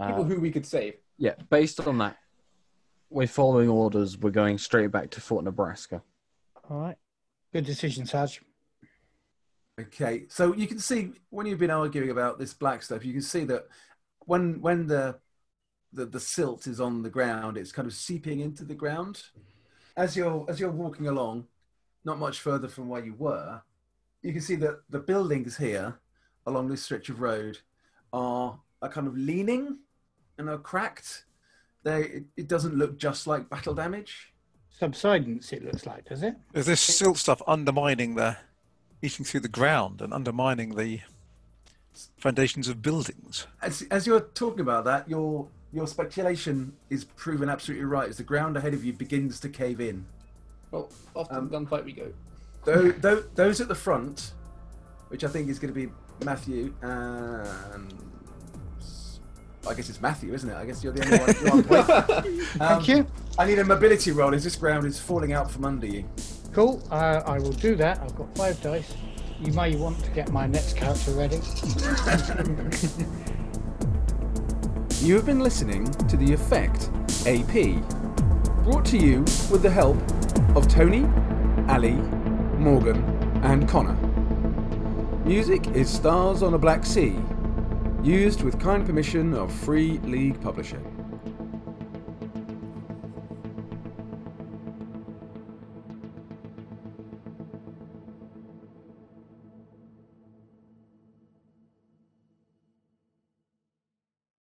Speaker 5: People
Speaker 4: Uh,
Speaker 5: who we could save.
Speaker 4: yeah, based on that, we're following orders. We're going straight back to Fort Nebraska.
Speaker 6: All right.
Speaker 3: Good decision, Sarge.
Speaker 1: Okay, so you can see when you've been arguing about this black stuff, you can see that when when the the, the silt is on the ground, it's kind of seeping into the ground. As you're as you're walking along, not much further from where you were, you can see that the buildings here along this stretch of road are are kind of leaning and are cracked. They it, it doesn't look just like battle damage.
Speaker 3: Subsidence, it looks like, does it?
Speaker 2: There's this silt stuff undermining the, eating through the ground and undermining the foundations of buildings.
Speaker 1: as, as you're talking about that, your your speculation is proven absolutely right. As the ground ahead of you begins to cave in,
Speaker 5: Well, off to
Speaker 1: Um,
Speaker 5: the gunfight we go.
Speaker 1: Tho- tho- those at the front, which I think is going to be Matthew and I guess it's Matthew, isn't it? I guess you're the only one. you're on point. Um,
Speaker 3: Thank you.
Speaker 1: I need a mobility roll as this ground is falling out from under you.
Speaker 3: Cool. Uh, I will do that. I've got five dice. You may want to get my next character ready.
Speaker 7: You have been listening to The Effect AP, brought to you with the help of Tony, Ali, Morgan, and Connor. Music is Stars on a Black Sea, used with kind permission of Free League Publishing.